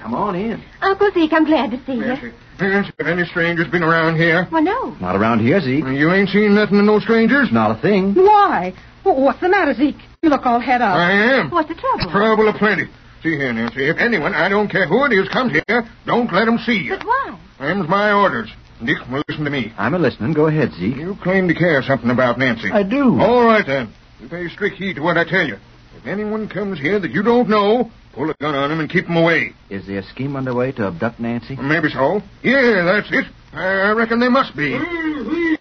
Speaker 3: Come on in.
Speaker 25: Uncle Zeke, I'm glad to see you.
Speaker 4: Has any strangers been around here?
Speaker 25: Well, no.
Speaker 3: Not around here, Zeke.
Speaker 4: You ain't seen nothing of no strangers?
Speaker 3: Not a thing.
Speaker 19: Why? Wh- What's the matter, Zeke? You look all head up.
Speaker 4: I am.
Speaker 19: What's the trouble?
Speaker 4: Trouble aplenty. See here, Nancy. If anyone, I don't care who it is, comes here, don't let 'em see you.
Speaker 19: But why?
Speaker 4: Them's my orders. Dick, well, listen to me.
Speaker 3: I'm a listening. Go ahead, Zeke.
Speaker 4: You claim to care something about Nancy.
Speaker 3: I do.
Speaker 4: All right, then. You pay strict heed to what I tell you. If anyone comes here that you don't know, pull a gun on 'em and keep 'em away.
Speaker 3: Is there a scheme underway to abduct Nancy?
Speaker 4: Maybe so. Yeah, that's it. I reckon they must be.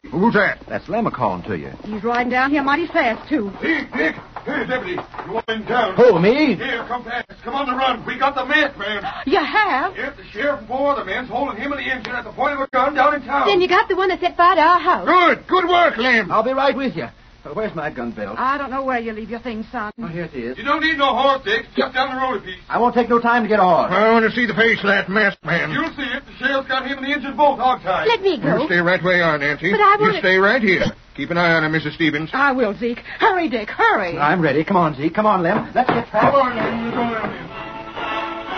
Speaker 4: Who's that?
Speaker 3: That's Lemma calling to you.
Speaker 19: He's riding down here mighty fast, too.
Speaker 14: Dick, Dick, hey, deputy, you want him down?
Speaker 3: Who, me?
Speaker 14: Here, come fast. Come on the run. We got the masked man.
Speaker 19: You have?
Speaker 14: Yep, the sheriff and four other men's holding him and the engine at the point of a gun down in town.
Speaker 25: Then you got the one that set fire to our house.
Speaker 4: Good, good work, Lem.
Speaker 3: I'll be right with you. Uh, Where's my gun belt?
Speaker 19: I don't know where you leave your things, son.
Speaker 3: Oh, here it is.
Speaker 14: You don't need no horse, Dick. Just down the road a piece.
Speaker 3: I won't take no time to get on.
Speaker 4: I want to see the face of that masked man.
Speaker 14: You'll see it. The sheriff's got him and the engine both hogtied.
Speaker 19: Let me go.
Speaker 4: You stay right where you are, Nancy.
Speaker 19: But I
Speaker 4: You
Speaker 19: wanna-
Speaker 4: stay right here. Keep an eye on her, Mrs. Stevens.
Speaker 19: I will, Zeke. Hurry, Dick, hurry.
Speaker 3: I'm ready. Come on, Zeke. Come on, Lem. Let's
Speaker 14: Come
Speaker 3: get traveling.
Speaker 14: on, Lem. You're going on in.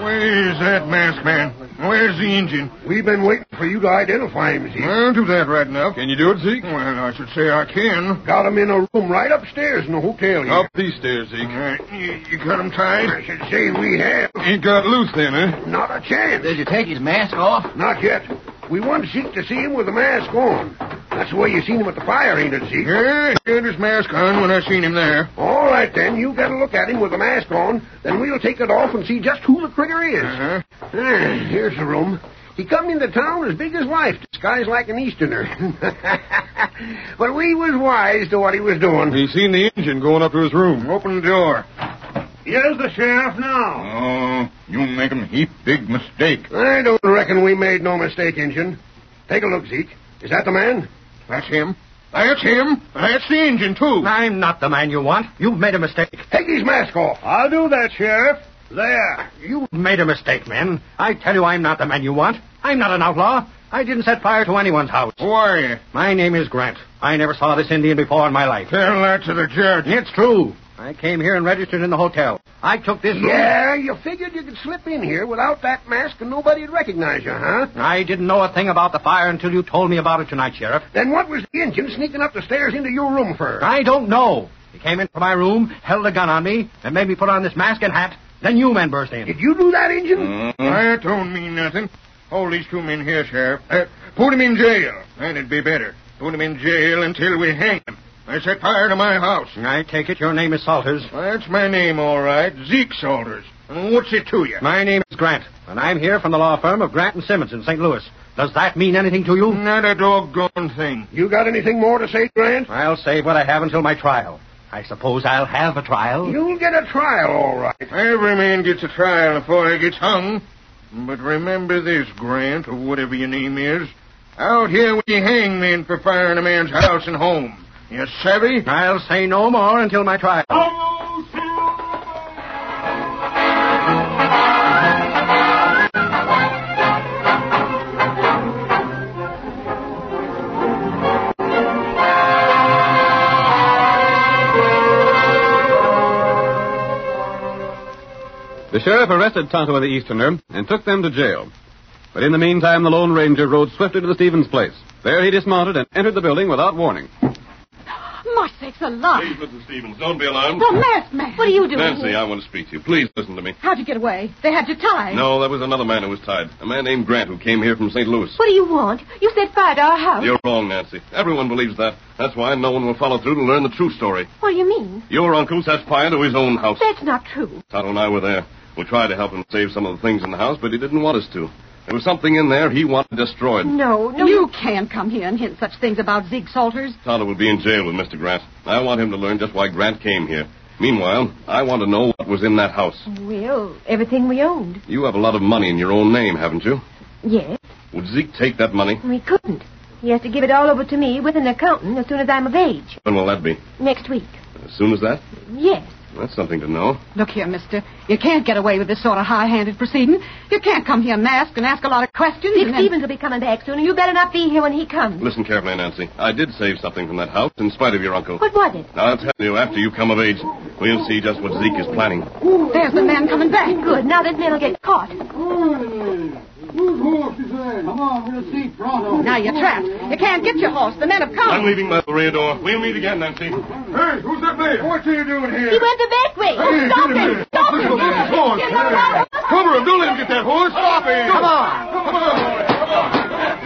Speaker 4: Where's that masked man? Where's the engine? We've been waiting for you to identify him, Zeke. I'll do that right enough. Can you do it, Zeke? Well, I should say I can.
Speaker 13: Got him in a room right upstairs in the hotel here.
Speaker 4: Up these stairs, Zeke. you, you got him tied? I should say we have. Ain't got loose then, eh?
Speaker 13: Not a chance.
Speaker 3: Did you take his mask off?
Speaker 13: Not yet. We want Zeke to see him with the mask on. That's the way you seen him at the fire, ain't it, Zeke?
Speaker 4: Yeah, he had his mask on when I seen him there.
Speaker 13: All right, then. You got to look at him with the mask on. Then we'll take it off and see just who the critter is.
Speaker 4: Uh-huh.
Speaker 13: Ah, here's the room. He come into town as big as life, disguised like an Easterner. but we was wise to what he was doing.
Speaker 4: He seen the engine going up to his room. Open the door. Here's the sheriff now.
Speaker 27: Oh, you make 'em heap big mistake.
Speaker 13: I don't reckon we made no mistake, Injun. Take a look, Zeke. Is that the man?
Speaker 4: That's him. That's him. That's the engine, too.
Speaker 5: I'm not the man you want. You've made a mistake.
Speaker 13: Take his mask off.
Speaker 5: I'll do that, Sheriff. There. You've made a mistake, man. I tell you, I'm not the man you want. I'm not an outlaw. I didn't set fire to anyone's house.
Speaker 4: Who are you?
Speaker 5: My name is Grant. I never saw this Indian before in my life.
Speaker 4: Tell that to the judge.
Speaker 5: It's true. I came here and registered in the hotel. I took this room.
Speaker 13: Yeah, you figured you could slip in here without that mask and nobody'd recognize you, huh?
Speaker 5: I didn't know a thing about the fire until you told me about it tonight, Sheriff.
Speaker 13: Then what was the engine sneaking up the stairs into your room for?
Speaker 5: I don't know. He came into my room, held a gun on me, and made me put on this mask and hat. Then you men burst in. Mm.
Speaker 13: Did you do that, Injun?
Speaker 4: That don't mean nothing. Hold these two men here, Sheriff. Uh, put 'em in jail. That'd be better. Put 'em in jail until we hang 'em. They set fire to my house.
Speaker 5: I take it your name is Salters.
Speaker 4: That's my name, all right. Zeke Salters. What's it to you?
Speaker 5: My name is Grant, and I'm here from the law firm of Grant and Simmons in St. Louis.
Speaker 13: Does that mean anything to you? Not a doggone thing. You got anything more to say, Grant? I'll save what I have until my trial. I suppose I'll have a trial.
Speaker 4: You'll get a trial, all right. Every man gets a trial before he gets hung. But remember this, Grant, or whatever your name is. Out here we hang men for firing a man's house and home. You savvy?
Speaker 13: I'll say no more until my trial.
Speaker 2: The sheriff arrested Tonto and the Easterner and took them to jail. But in the meantime, the Lone Ranger rode swiftly to the Stevens place. There he dismounted and entered the building without warning.
Speaker 19: My sakes alive!
Speaker 8: Mrs. Stevens, don't be alarmed.
Speaker 19: The masked man! What are you doing
Speaker 8: Nancy,
Speaker 19: here?
Speaker 8: I want to speak to you. Please listen to me.
Speaker 19: How'd you get away? They had you tied.
Speaker 8: No, there was another man who was tied. A man named Grant who came here from St. Louis.
Speaker 19: What do you want? You set fire to our house.
Speaker 8: You're wrong, Nancy. Everyone believes that. That's why no one will follow through to learn the true story.
Speaker 19: What do you mean?
Speaker 8: Your uncle set fire to his own house.
Speaker 19: That's not true.
Speaker 8: Tonto and I were there. We tried to help him save some of the things in the house, but he didn't want us to. There was something in there he wanted destroyed.
Speaker 19: No, no. You can't come here and hint such things about Zeke Salters.
Speaker 8: Tonto will be in jail with Mr. Grant. I want him to learn just why Grant came here. Meanwhile, I want to know what was in that house.
Speaker 19: Well, everything we owned.
Speaker 8: You have a lot of money in your own name, haven't you?
Speaker 19: Yes,
Speaker 8: Would Zeke take that money?
Speaker 19: we couldn't. He has to give it all over to me with an accountant as soon as I'm of age.
Speaker 8: When will that be?
Speaker 19: Next week.
Speaker 8: As soon as that?
Speaker 19: Yes.
Speaker 8: That's something to know.
Speaker 19: Look here, mister. You can't get away with this sort of high-handed proceeding. You can't come here masked and ask a lot of questions. Dick Stevens will be coming back soon, and you better not be here when he comes.
Speaker 8: Listen carefully, Nancy. I did save something from that house in spite of your uncle.
Speaker 19: What was it?
Speaker 8: I'll tell you after you come of age. We'll see just what Zeke is planning.
Speaker 19: There's the man coming back. Good. Now this man will get caught.
Speaker 31: Whose horse is that? Come on, we'll see pronto.
Speaker 19: Now you're trapped. You can't get your horse. The men have come.
Speaker 8: I'm leaving my rear door. We'll meet again, Nancy.
Speaker 31: Hey, who's that man? What are you doing here?
Speaker 19: He went the back way.
Speaker 31: Hey,
Speaker 19: Stop
Speaker 31: get him.
Speaker 19: him. Stop him.
Speaker 31: Horse.
Speaker 19: Get him out.
Speaker 31: Cover him. Don't let him get that horse. Stop him. Come on. Come on.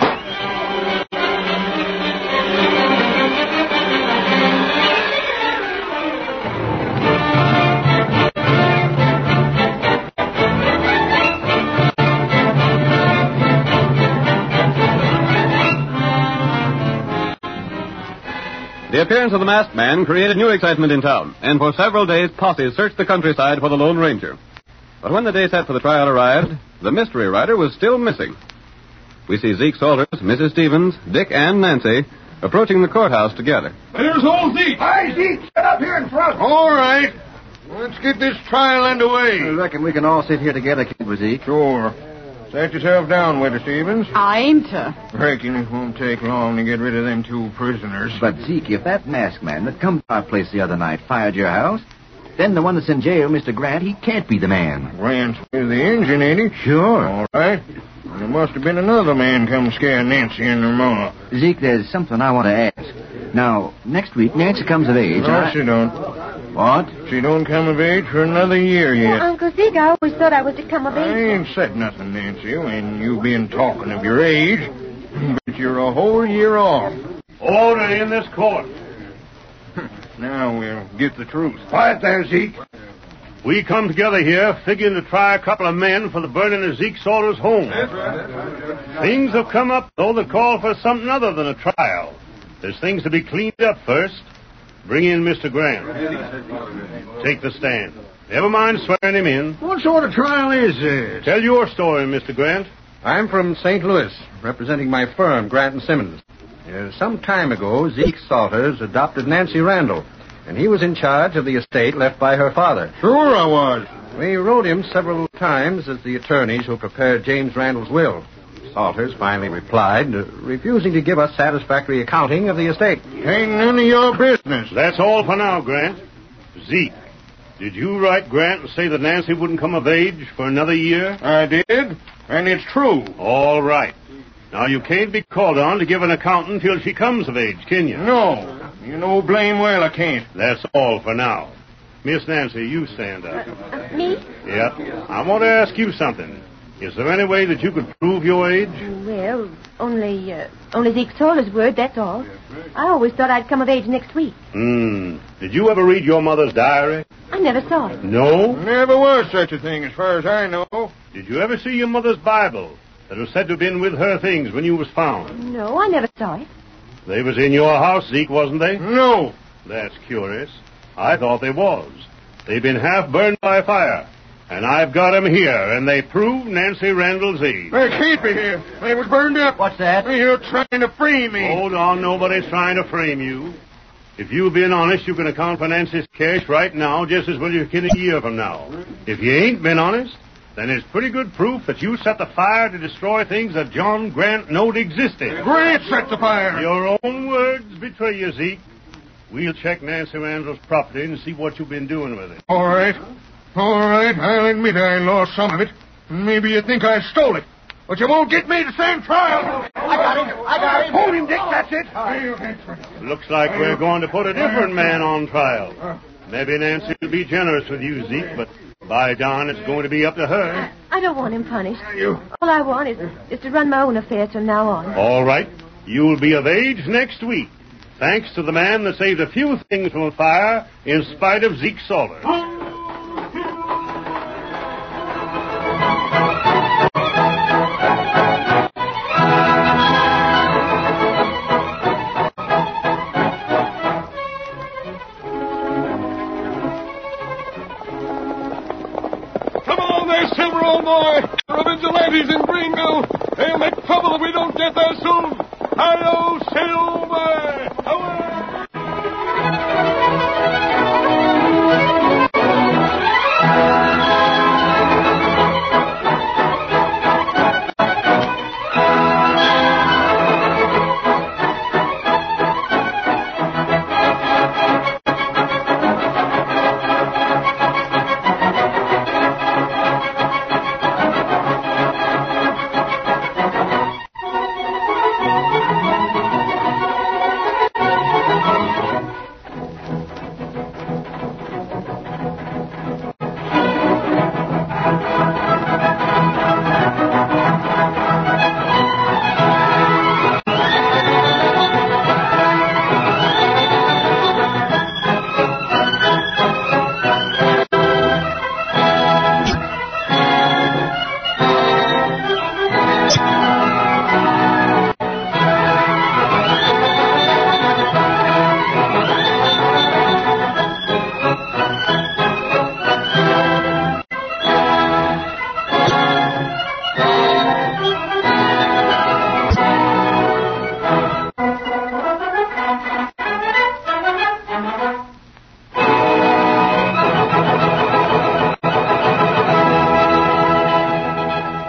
Speaker 2: The appearance of the masked man created new excitement in town, and for several days posses searched the countryside for the Lone Ranger. But when the day set for the trial arrived, the mystery rider was still missing. We see Zeke Salters, Mrs. Stevens, Dick, and Nancy approaching the courthouse together.
Speaker 31: There's old Zeke. Hi, Zeke. Get up here in front. All right. Let's get this trial underway.
Speaker 3: I reckon we can all sit here together, can't we, Zeke? Sure.
Speaker 4: Set yourself down, Waiter Stevens.
Speaker 19: Uh.
Speaker 32: I ain't a.
Speaker 4: Reckon it won't take long to get rid of them two prisoners.
Speaker 3: But, Zeke, if that masked man that come to our place the other night fired your house, then the one that's in jail, Mr. Grant, he can't be the man.
Speaker 4: Grant's with the engine, ain't he? Sure. All right. Well, There must have been another man come scare Nancy and her ma.
Speaker 3: Zeke, there's something I want to ask. Now, next week, Nancy comes of age.
Speaker 4: No,
Speaker 3: and I-
Speaker 4: she don't. What? She don't come of age for another year
Speaker 25: Well,
Speaker 4: yet.
Speaker 25: Uncle Zeke, I always thought I was to come of
Speaker 4: I
Speaker 25: age.
Speaker 4: ain't said nothing, Nancy, when you been talking of your age. But you're a whole year off.
Speaker 5: Order in this court.
Speaker 4: Now we'll get the truth.
Speaker 5: Quiet there, Zeke. We come together here figuring to try a couple of men for the burning of Zeke Salters' home. Things have come up, though, that call for something other than a trial. There's things to be cleaned up first. Bring in Mr. Grant. Take the stand. Never mind swearing him in.
Speaker 13: What sort of trial is this?
Speaker 5: Tell your story, Mr. Grant.
Speaker 32: I'm from St. Louis, representing my firm, Grant and Simmons. Uh, some time ago, Zeke Salters adopted Nancy Randall, and he was in charge of the estate left by her father. Sure, I was. We wrote him several times as the attorneys who prepared James Randall's will. Salters finally replied, uh, refusing to give us satisfactory accounting of the estate.
Speaker 5: Ain't none of your business. That's all for now, Grant. Zeke, did you write Grant and say that Nancy wouldn't come of age for another year? I did, and it's true. All right. Now, you can't be called on to give an accountant till she comes of age, can you? No. You know blame well I can't. That's all for now. Miss Nancy, you stand up.
Speaker 25: Me?
Speaker 5: Yep. I want to ask you something. Is there any way that you could prove your age?
Speaker 25: Uh, Well, only uh, only Zeke Salter's word, that's all. I always thought I'd come of age next week.
Speaker 5: Hmm. Did you ever read your mother's diary?
Speaker 25: I never saw it.
Speaker 5: No.
Speaker 4: Never was such a thing, as far as I know.
Speaker 5: Did you ever see your mother's Bible? that was said to have been with her things when you was found.
Speaker 25: No, I never saw it.
Speaker 5: They was in your house, Zeke, wasn't they? No. That's curious. I thought they was. They've been half burned by fire. And I've got 'em here, and they prove Nancy Randall's age.
Speaker 4: They keep me here. They was burned up. What's that? You're trying to free me.
Speaker 5: Hold on, nobody's trying to frame you. If you've been honest, you can account for Nancy's cash right now just as well you can a year from now. If you ain't been honest, then it's pretty good proof that you set the fire to destroy things that John Grant knowed existed.
Speaker 4: Grant set the fire.
Speaker 5: Your own words betray you, Zeke. We'll check Nancy Randall's property and see what you've been doing with it.
Speaker 4: All right. All right, I'll admit I lost some of it. Maybe you think I stole it. But you won't get me to stand trial.
Speaker 13: I got him. I got him.
Speaker 4: Hold him, Dick. That's it.
Speaker 5: Looks like we're going to put a different man on trial. Maybe Nancy will be generous with you, Zeke, but by darn, it's going to be up to her.
Speaker 25: I don't want him punished. All I want is, is to run my own affairs from now on.
Speaker 5: All right. You'll be of age next week, thanks to the man that saved a few things from fire in spite of Zeke Salter.
Speaker 13: Come along there, Silver, old boy. There are vigilantes in Greenville. They'll make trouble if we don't get there soon. Hello, Silver.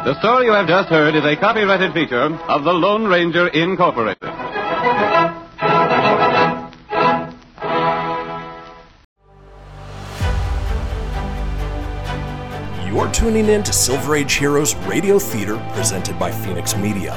Speaker 2: The story you have just heard is a copyrighted feature of the Lone Ranger Incorporated.
Speaker 11: You're tuning in to Silver Age Heroes Radio Theater presented by Phoenix Media.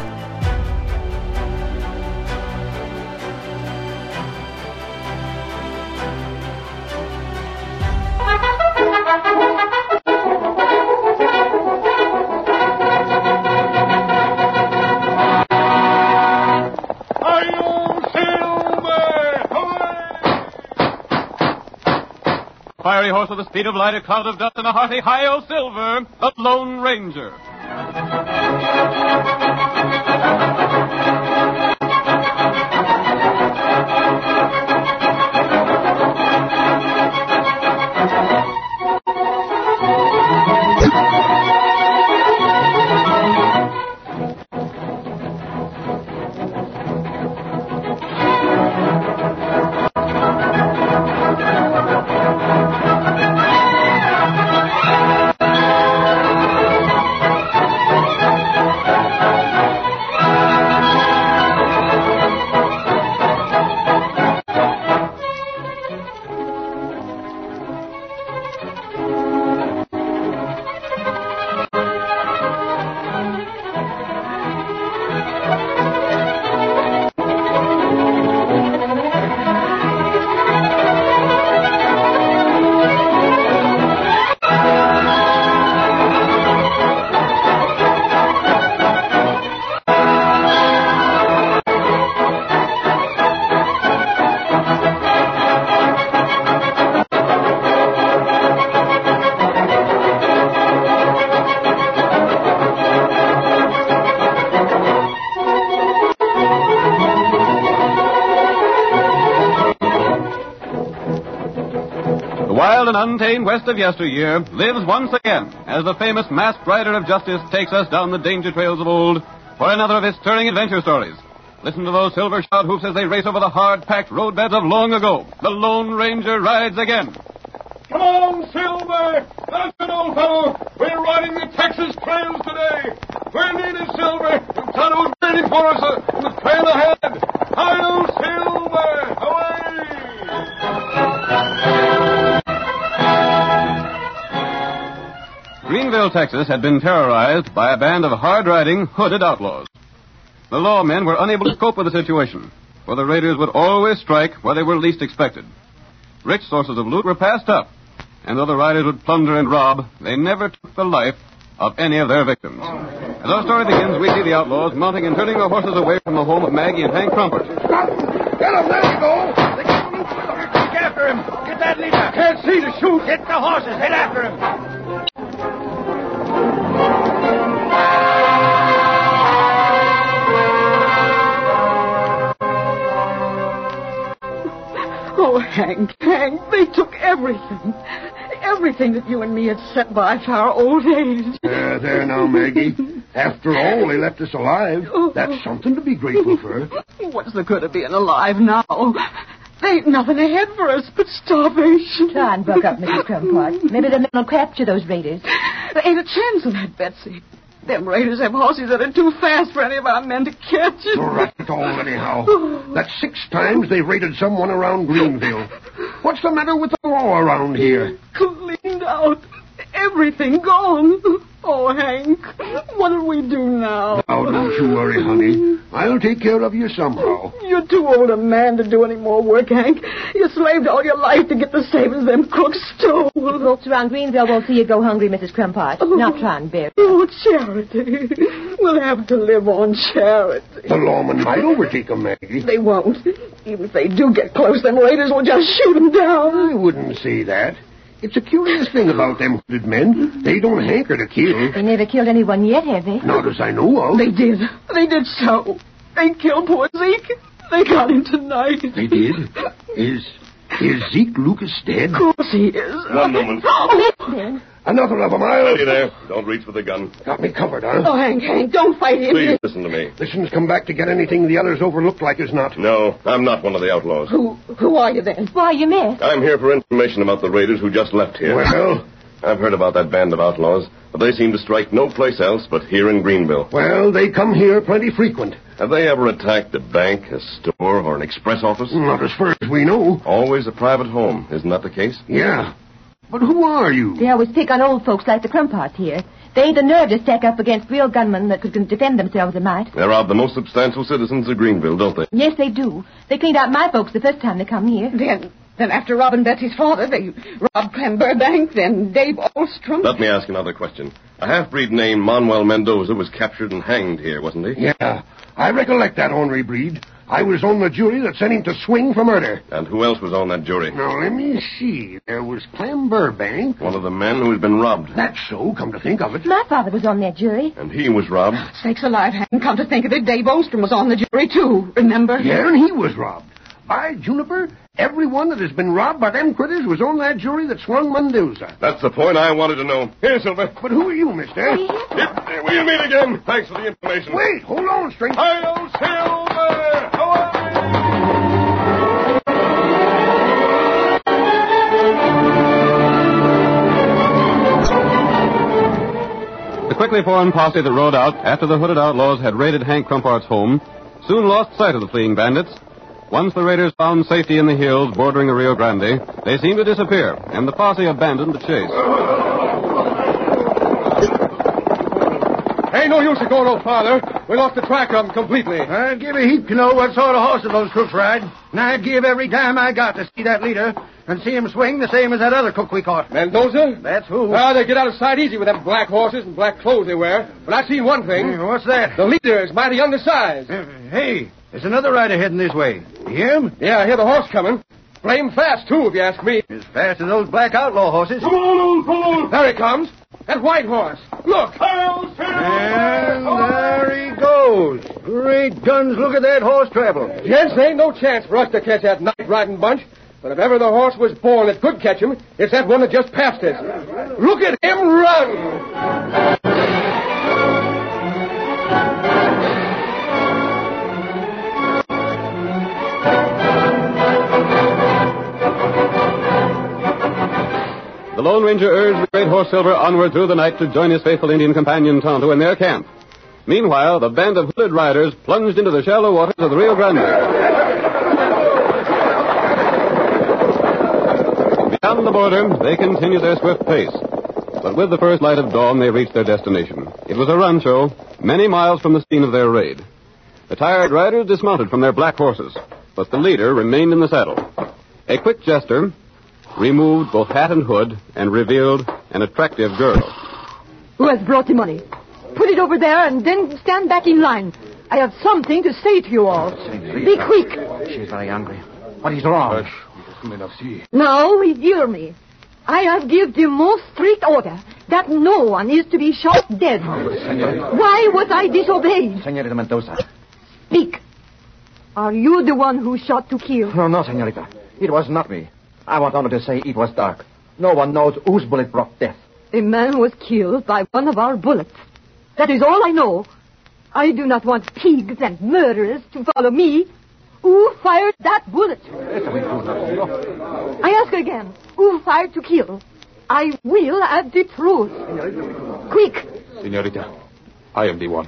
Speaker 2: Fiery horse with the speed of light, a cloud of dust, and a hearty high-o silver, the Lone Ranger. and untamed west of yesteryear, lives once again as the famous masked rider of justice takes us down the danger trails of old for another of his stirring adventure stories. Listen to those silver shod hoofs as they race over the hard packed roadbeds of long ago. The Lone Ranger rides again.
Speaker 33: Come on, Silver! That's it, old fellow! We're riding the Texas trails today! We're needed, Silver! The Tonto's waiting for us uh, on the trail ahead! Hi-yo, Silver!
Speaker 2: Greenville, Texas had been terrorized by a band of hard riding, hooded outlaws. The lawmen were unable to cope with the situation, for the raiders would always strike where they were least expected. Rich sources of loot were passed up, and though the riders would plunder and rob, they never took the life of any of their victims. As our story begins, we see the outlaws mounting and turning their horses away from the home of Maggie and Hank Crumpert.
Speaker 33: Get him, let him go! They can't loose Take after him! Get that leader! Can't see to shoot! Get the horses! Head after him!
Speaker 19: Oh, Hank, Hank, they took everything. Everything that you and me had set by for our old age.
Speaker 13: There, Uh, there now, Maggie. After all, they left us alive. That's something to be grateful for.
Speaker 19: What's the good of being alive now? There ain't nothing ahead for us but starvation.
Speaker 25: Try and buck up, Mrs. Crumpot. Maybe the men will capture those raiders.
Speaker 19: There ain't a chance of that, Betsy. Them raiders have horses that are too fast for any of our men to catch.
Speaker 13: Rot it all, anyhow. That's six times they've raided someone around Greenville. What's the matter with the law around here?
Speaker 19: Cleaned out. Everything gone. Oh, Hank, what'll we do now?
Speaker 13: Now, Oh, don't you worry, honey. I'll take care of you somehow.
Speaker 19: You're too old a man to do any more work, Hank. You slaved all your life to get the same as them crooks stole.
Speaker 25: The folks around Greenville won't see you go hungry, Mrs. Crumpot. Not try and bear.
Speaker 19: Oh, charity. We'll have to live on charity.
Speaker 13: The lawmen might overtake 'em, Maggie.
Speaker 19: They won't. Even if they do get close, them raiders will just shoot them down.
Speaker 13: I wouldn't say that. It's a curious thing about them hooded men. They don't hanker to
Speaker 7: Hmm?
Speaker 13: kill.
Speaker 25: They never killed anyone yet, have they?
Speaker 13: Not as I know of.
Speaker 19: They did. They did so. They killed poor Zeke. They got him tonight.
Speaker 13: They did? Is is Zeke Lucas dead? Of
Speaker 19: course he is.
Speaker 8: One moment.
Speaker 19: Oh,
Speaker 13: Another of 'em, I'll...
Speaker 8: Steady there. Don't reach for the gun.
Speaker 13: Got me covered, huh?
Speaker 19: oh Hank, Hank, don't fight him.
Speaker 8: Please listen to me.
Speaker 13: This one's come back to get anything the others overlooked like as not.
Speaker 8: No, I'm not one of the outlaws.
Speaker 19: Who who are you then?
Speaker 25: Why, you miss.
Speaker 8: I'm here for information about the raiders who just left here.
Speaker 13: Well?
Speaker 8: I've heard about that band of outlaws, but they seem to strike no place else but here in Greenville.
Speaker 13: Well, they come here plenty frequent.
Speaker 8: Have they ever attacked a bank, a store, or an express office?
Speaker 13: Not as far as we know.
Speaker 8: Always a private home, isn't that the case?
Speaker 13: Yeah. But who are you?
Speaker 25: They always pick on old folks like the Crumpots here. They ain't the nerve to stack up against real gunmen that could defend themselves a mite.
Speaker 8: They rob the most substantial citizens of Greenville, don't they?
Speaker 25: Yes, they do. They cleaned out my folks the first time they come here.
Speaker 19: Then, then after robbing Betsy's father, they robbed Clem Burbank, then Dave Olstrom.
Speaker 8: Let me ask another question. A half-breed named Manuel Mendoza was captured and hanged here, wasn't he?
Speaker 13: Yeah. I recollect that ornery breed. I was on the jury that sent him to swing for murder.
Speaker 8: And who else was on that jury?
Speaker 13: Now, let me see. There was Clem Burbank.
Speaker 8: One of the men who had been robbed.
Speaker 13: That's so, come to think of it.
Speaker 25: My father was on that jury.
Speaker 8: And he was robbed.
Speaker 19: Sakes alive, Hank. Come to think of it, Dave Olstrom was on the jury, too. Remember?
Speaker 13: Yeah, and he was robbed. By Juniper, everyone that has been robbed by them critters was on that jury that swung Mendoza.
Speaker 8: That's the point I wanted to know. Here, Silver.
Speaker 13: But who are you, mister?
Speaker 8: Yep, we'll meet again. Thanks for the information.
Speaker 13: Wait, hold on, stranger.
Speaker 33: Hi-yo, Silver!
Speaker 2: The quickly formed posse that rode out after the hooded outlaws had raided Hank Crumpart's home soon lost sight of the fleeing bandits. Once the raiders found safety in the hills bordering the Rio Grande, they seemed to disappear, and the posse abandoned the chase.
Speaker 4: Ain't no use of going no farther. We lost the track of them completely.
Speaker 34: I Uh, give a heap to know what sort of horses those crooks ride. And I'd give every dime I got to see that leader and see him swing the same as that other cook we caught.
Speaker 4: Mendoza?
Speaker 34: That's who.
Speaker 4: Ah, they get out of sight easy with them black horses and black clothes they wear. But I've seen one thing.
Speaker 34: Hey, what's that? Uh,
Speaker 4: The leader is mighty undersized.
Speaker 34: Hey, there's another rider heading this way. You hear him?
Speaker 4: Yeah, I hear the horse coming. Blame fast, too, if you ask me.
Speaker 34: As fast as those black outlaw horses.
Speaker 4: Come on, old fellow. There he comes. That white horse. Look.
Speaker 34: And there he goes. Great guns, look at that horse travel.
Speaker 4: Gents, there ain't no chance for us to catch that night riding bunch. But if ever the horse was born that could catch him, it's that one that just passed us. Look at him run!
Speaker 2: The Lone Ranger urged the great horse Silver onward through the night to join his faithful Indian companion Tonto in their camp. Meanwhile, the band of hooded riders plunged into the shallow waters of the Rio Grande. Beyond the border, they continued their swift pace. But with the first light of dawn, they reached their destination. It was a rancho, many miles from the scene of their raid. The tired riders dismounted from their black horses, but the leader remained in the saddle. A quick gesture, removed both hat and hood and revealed an attractive girl.
Speaker 35: Who has brought the money? Put it over there and then stand back in line. I have something to say to you all. Be quick.
Speaker 3: She's very angry. What is wrong?
Speaker 35: Now, hear me. I have give the most strict order that no one is to be shot dead. Why was I disobeyed?
Speaker 3: Senorita Mendoza.
Speaker 35: Speak. Are you the one who shot to kill?
Speaker 3: No, no, senorita. It was not me. I want only to say it was dark. No one knows whose bullet brought death.
Speaker 35: A man was killed by one of our bullets. That is all I know. I do not want pigs and murderers to follow me. Who fired that bullet? I ask again. Who fired to kill? I will have the truth. Quick,
Speaker 7: Senorita, I am the one.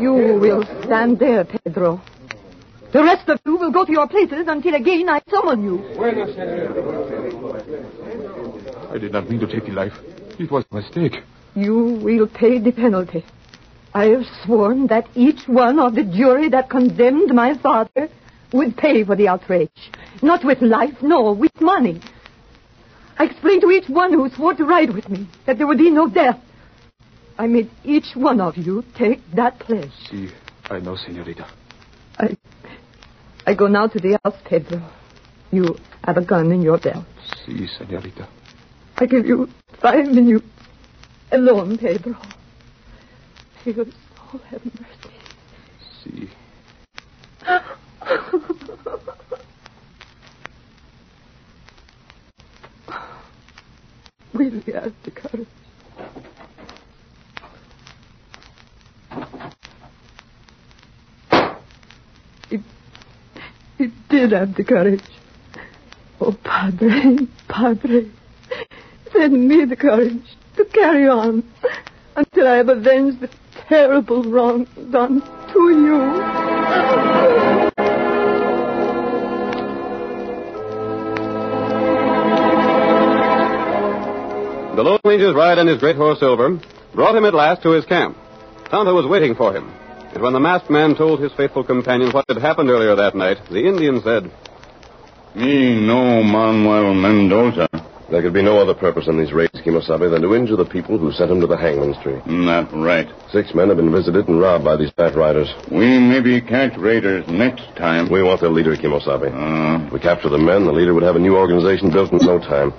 Speaker 35: you will stand there, Pedro. The rest of you will go to your places until again I summon you.
Speaker 7: I did not mean to take the life. It was a mistake.
Speaker 35: You will pay the penalty. I have sworn that each one of the jury that condemned my father would pay for the outrage. Not with life, nor with money. I explained to each one who swore to ride with me that there would be no death. I made each one of you take that pledge.
Speaker 7: See, I know, Senorita.
Speaker 35: I, I go now to the house, Pedro. You have a gun in your belt.
Speaker 7: See, Senorita.
Speaker 35: I give you five minutes alone, Pedro. Your soul have mercy.
Speaker 7: See.
Speaker 35: Will you have the courage? It, it did have the courage. Oh, Padre, Padre, send me the courage to carry on until I have avenged the terrible wrong done to you.
Speaker 2: The Lone Ranger's ride on his great horse Silver brought him at last to his camp. Tonto was waiting for him, and when the masked man told his faithful companion what had happened earlier that night, the Indian said,
Speaker 8: Me no Manuel Mendoza. There could be no other purpose in these raids, Kimosabe, than to injure the people who sent him to the hangman's tree.
Speaker 36: Not Mm, right.
Speaker 8: Six men have been visited and robbed by these fat riders.
Speaker 36: We maybe catch raiders next time. Uh.
Speaker 8: We want their leader, Kimosabe. If we capture the men, the leader would have a new organization built in no time.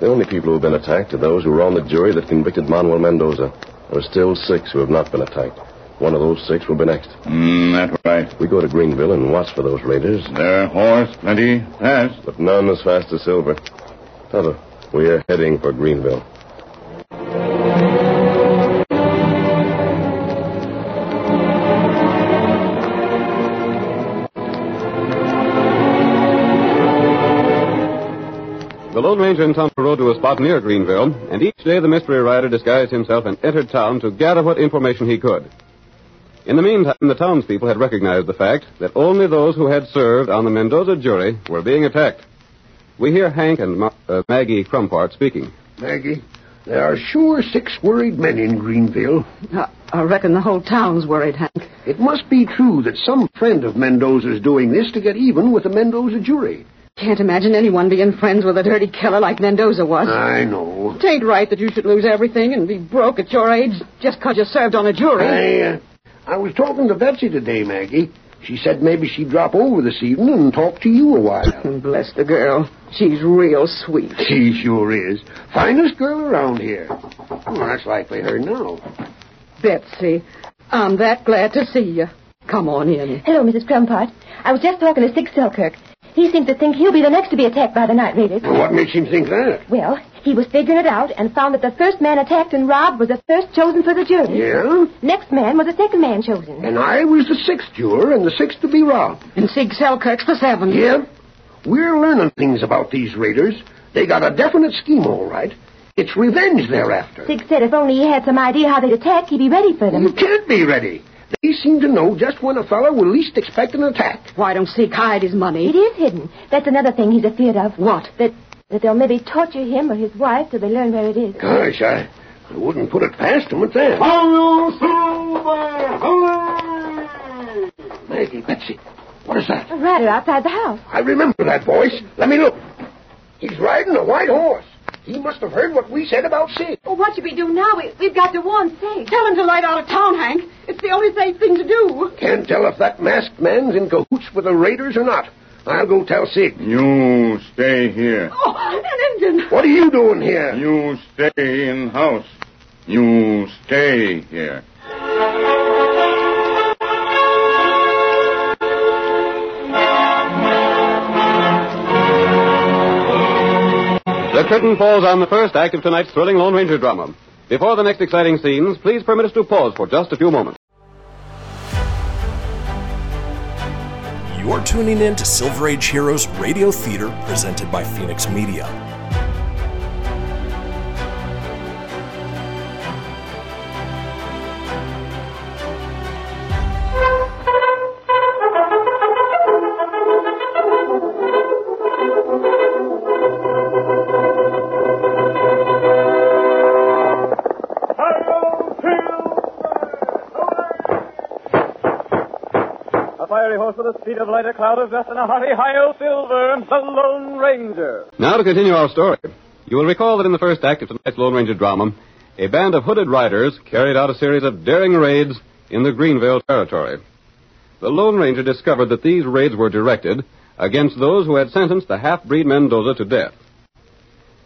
Speaker 8: The only people who have been attacked are those who were on the jury that convicted Manuel Mendoza. There are still six who have not been attacked. One of those six will be next.
Speaker 36: Mm, that right.
Speaker 8: We go to Greenville and watch for those raiders.
Speaker 36: Their horse plenty fast.
Speaker 8: But none as fast as Silver. Tonto, we are heading for Greenville.
Speaker 2: The Lone Ranger and Tonto rode to a spot near Greenville, and each day the mystery rider disguised himself and entered town to gather what information he could. In the meantime, the townspeople had recognized the fact that only those who had served on the Mendoza jury were being attacked. We hear Hank and Ma- uh, Maggie Crumpart speaking.
Speaker 13: Maggie, there are sure six worried men in Greenville.
Speaker 35: I reckon the whole town's worried, Hank.
Speaker 13: It must be true that some friend of Mendoza's doing this to get even with the Mendoza jury.
Speaker 35: Can't imagine anyone being friends with a dirty killer like Mendoza was.
Speaker 13: I know.
Speaker 35: Tain't right that you should lose everything and be broke at your age just 'cause you served on a jury.
Speaker 13: I, uh, I was talking to Betsy today, Maggie. She said maybe she'd drop over this evening and talk to you a while.
Speaker 35: Bless the girl. She's real sweet.
Speaker 13: She sure is. Finest girl around here. Oh, that's likely her now.
Speaker 35: Betsy, I'm that glad to see you. Come on in.
Speaker 25: Hello, Mrs. Crumpart. I was just talking to Sig Selkirk. He seems to think he'll be the next to be attacked by the night
Speaker 7: Oh,
Speaker 25: raiders.
Speaker 13: What makes him think that?
Speaker 25: Well, he was figuring it out and found that the first man attacked and robbed was the first chosen for the jury.
Speaker 13: Yeah?
Speaker 25: Next man was the second man chosen.
Speaker 13: And I was the sixth juror and the sixth to be robbed.
Speaker 19: And Sig Selkirk's the seventh.
Speaker 13: Yeah? We're learning things about these raiders. They got a definite scheme, all right. It's revenge they're after.
Speaker 25: Sig said if only he had some idea how they'd attack, he'd be ready for them.
Speaker 13: You can't be ready. They seem to know just when a fellow will least expect an attack.
Speaker 19: Why don't Sig hide his money?
Speaker 25: It is hidden. That's another thing he's afeard of.
Speaker 19: What?
Speaker 25: That that they'll maybe torture him or his wife till they learn where it is.
Speaker 13: Gosh, I, I wouldn't put it past them at that.
Speaker 35: Oh,
Speaker 13: Maggie, Betsy, what is that?
Speaker 25: A rider outside the house.
Speaker 13: I remember that voice. Let me look. He's riding a white horse. He must have heard what we said about Sid.
Speaker 19: Well, what should we do now? We, we've got to warn Sig. Tell him to light out of town, Hank. It's the only safe thing to do.
Speaker 13: Can't tell if that masked man's in cahoots with the raiders or not. I'll go tell Sid.
Speaker 37: You stay here.
Speaker 19: Oh, an engine.
Speaker 13: What are you doing here?
Speaker 37: You stay in house. You stay here.
Speaker 2: The curtain falls on the first act of tonight's thrilling Lone Ranger drama. Before the next exciting scenes, please permit us to pause for just a few moments.
Speaker 11: You're tuning in to Silver Age Heroes Radio Theater presented by Phoenix Media.
Speaker 7: A fiery horse with the speed of light, a cloud of dust, and a hearty high o silver, the Lone Ranger.
Speaker 2: Now to continue our story. You will recall that in the first act of tonight's Lone Ranger drama, a band of hooded riders carried out a series of daring raids in the Greenville territory. The Lone Ranger discovered that these raids were directed against those who had sentenced the half-breed Mendoza to death.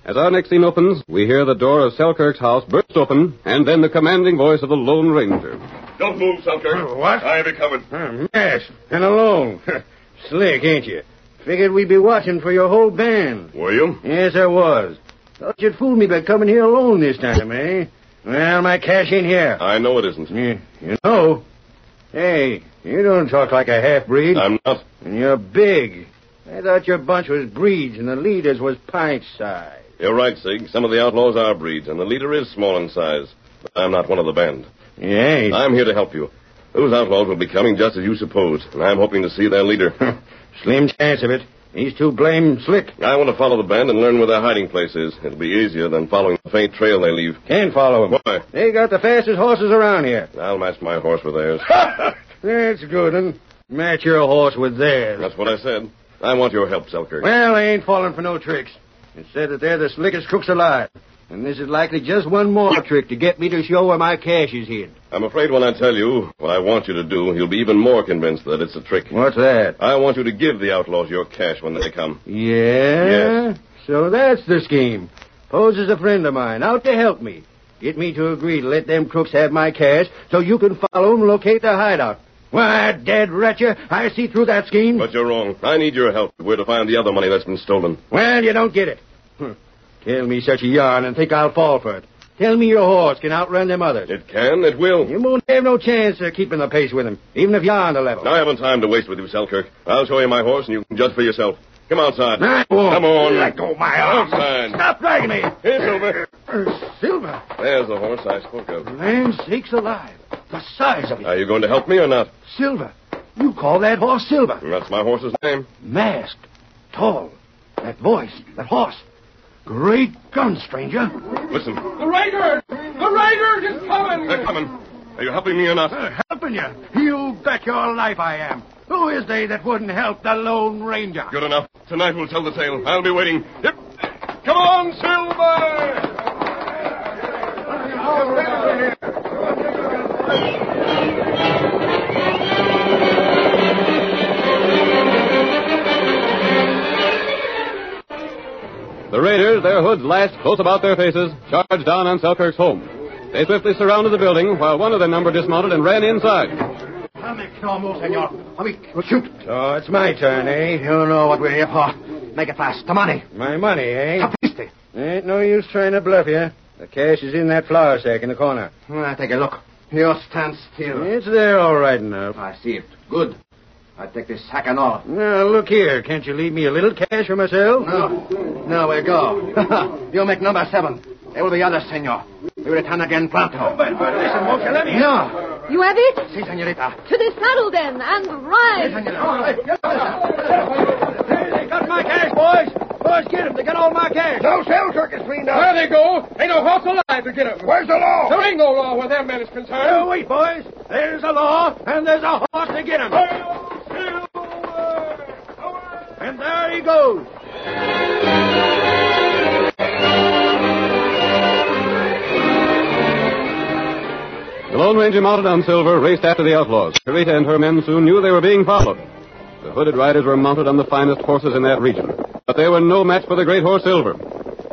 Speaker 2: As our next scene opens, we hear the door of Selkirk's house burst open, and then the commanding voice of the Lone Ranger.
Speaker 37: Don't move, Selkirk.
Speaker 4: Oh, what? Oh,
Speaker 37: I have it covered.
Speaker 4: Yes, and alone. Slick, ain't you? Figured we'd be watching for your whole band.
Speaker 37: Were you?
Speaker 4: Yes, I was. Thought you'd fool me by coming here alone this time, eh? Well, my cash ain't here.
Speaker 37: I know it isn't.
Speaker 4: You know? Hey, you don't talk like a half-breed.
Speaker 37: I'm not.
Speaker 4: And you're big. I thought your bunch was breeds and the leaders was pint size.
Speaker 8: You're right, Sig. Some of the outlaws are breeds, and the leader is small in size. But I'm not one of the band.
Speaker 4: Yes.
Speaker 8: I'm here to help you. Those outlaws will be coming just as you supposed, and I'm hoping to see their leader.
Speaker 4: Slim chance of it. He's too blame slick.
Speaker 8: I want to follow the band and learn where their hiding place is. It'll be easier than following the faint trail they leave.
Speaker 4: Can't follow him.
Speaker 8: Why?
Speaker 4: They got the fastest horses around here.
Speaker 8: I'll match my horse with theirs.
Speaker 4: That's good, and match your horse with theirs.
Speaker 8: That's what I said. I want your help, Selkirk.
Speaker 4: Well, they ain't falling for no tricks. It said that they're the slickest crooks alive. And this is likely just one more trick to get me to show where my cash is hid.
Speaker 8: I'm afraid when I tell you what I want you to do, you'll be even more convinced that it's a trick.
Speaker 4: What's that?
Speaker 8: I want you to give the outlaws your cash when they come.
Speaker 4: Yeah? So that's the scheme. Pose as a friend of mine, out to help me. Get me to agree to let them crooks have my cash so you can follow 'em and locate their hideout. Why, dead wretcher, I see through that scheme.
Speaker 8: But you're wrong. I need your help where to find the other money that's been stolen.
Speaker 4: Well, you don't get it. Huh. Tell me such a yarn and think I'll fall for it. Tell me your horse can outrun them others.
Speaker 8: It can, it will.
Speaker 4: You won't have no chance of keeping the pace with him, even if you're on the level.
Speaker 8: I haven't time to waste with you, Selkirk. I'll show you my horse, and you can judge for yourself. Come outside.
Speaker 4: I won't.
Speaker 8: Come on.
Speaker 4: Let go of my arm.
Speaker 8: Outside.
Speaker 4: Stop dragging me.
Speaker 8: Here, Silver.
Speaker 4: Silver,
Speaker 8: There's the horse I spoke of.
Speaker 4: land sakes alive. The size of it.
Speaker 8: Are you going to help me or not?
Speaker 4: Silver. You call that horse Silver.
Speaker 8: That's my horse's name.
Speaker 4: Masked. Tall. That voice. That horse. Great gun, stranger.
Speaker 8: Listen,
Speaker 38: The Raiders! The Raiders is coming!
Speaker 8: they're coming. Are you helping me or not?
Speaker 13: Uh,
Speaker 4: Helping you. You bet your life I am. Who is they that wouldn't help the Lone Ranger?
Speaker 8: Good enough. Tonight we'll tell the tale. I'll be waiting. Yep.
Speaker 38: Come on, Silver!
Speaker 2: The raiders, their hoods lashed close about their faces, charged down on Selkirk's home. They swiftly surrounded the building while one of their number dismounted and ran inside.
Speaker 4: Comic
Speaker 3: No move, senor. Let me...
Speaker 39: Shoot. So it's my turn, eh? You know what we're here for.
Speaker 3: Make it fast. The money.
Speaker 39: My money, eh? Ain't no use trying to bluff you. The cash is in that flour sack in the corner.
Speaker 3: Ah, take a look. You stand still.
Speaker 39: It's there all right enough.
Speaker 3: I see it. Good. I take this sack and all.
Speaker 39: Now, look here. Can't you leave me a little cash for myself?
Speaker 3: No. Now we go. you make number seven. There will be others, senor. We return again
Speaker 39: Oh,
Speaker 3: pronto. But, but listen, won't you let me? No.
Speaker 40: You have it?
Speaker 3: Si, senorita.
Speaker 40: To the saddle then, and ride.
Speaker 41: They got my cash, boys. Boys, get 'em. They got all my cash.
Speaker 13: No sale circus, cleaned up.
Speaker 41: There they go. Ain't no horse alive to get 'em.
Speaker 13: Where's the law?
Speaker 41: There ain't no law where them men is concerned.
Speaker 3: Oh, wait, boys. There's a law, and there's a horse to get him.
Speaker 41: oh,
Speaker 3: And there he goes.
Speaker 2: The Lone Ranger mounted on Silver raced after the outlaws. Carita and her men soon knew they were being followed. The hooded riders were mounted on the finest horses in that region, but they were no match for the great horse Silver.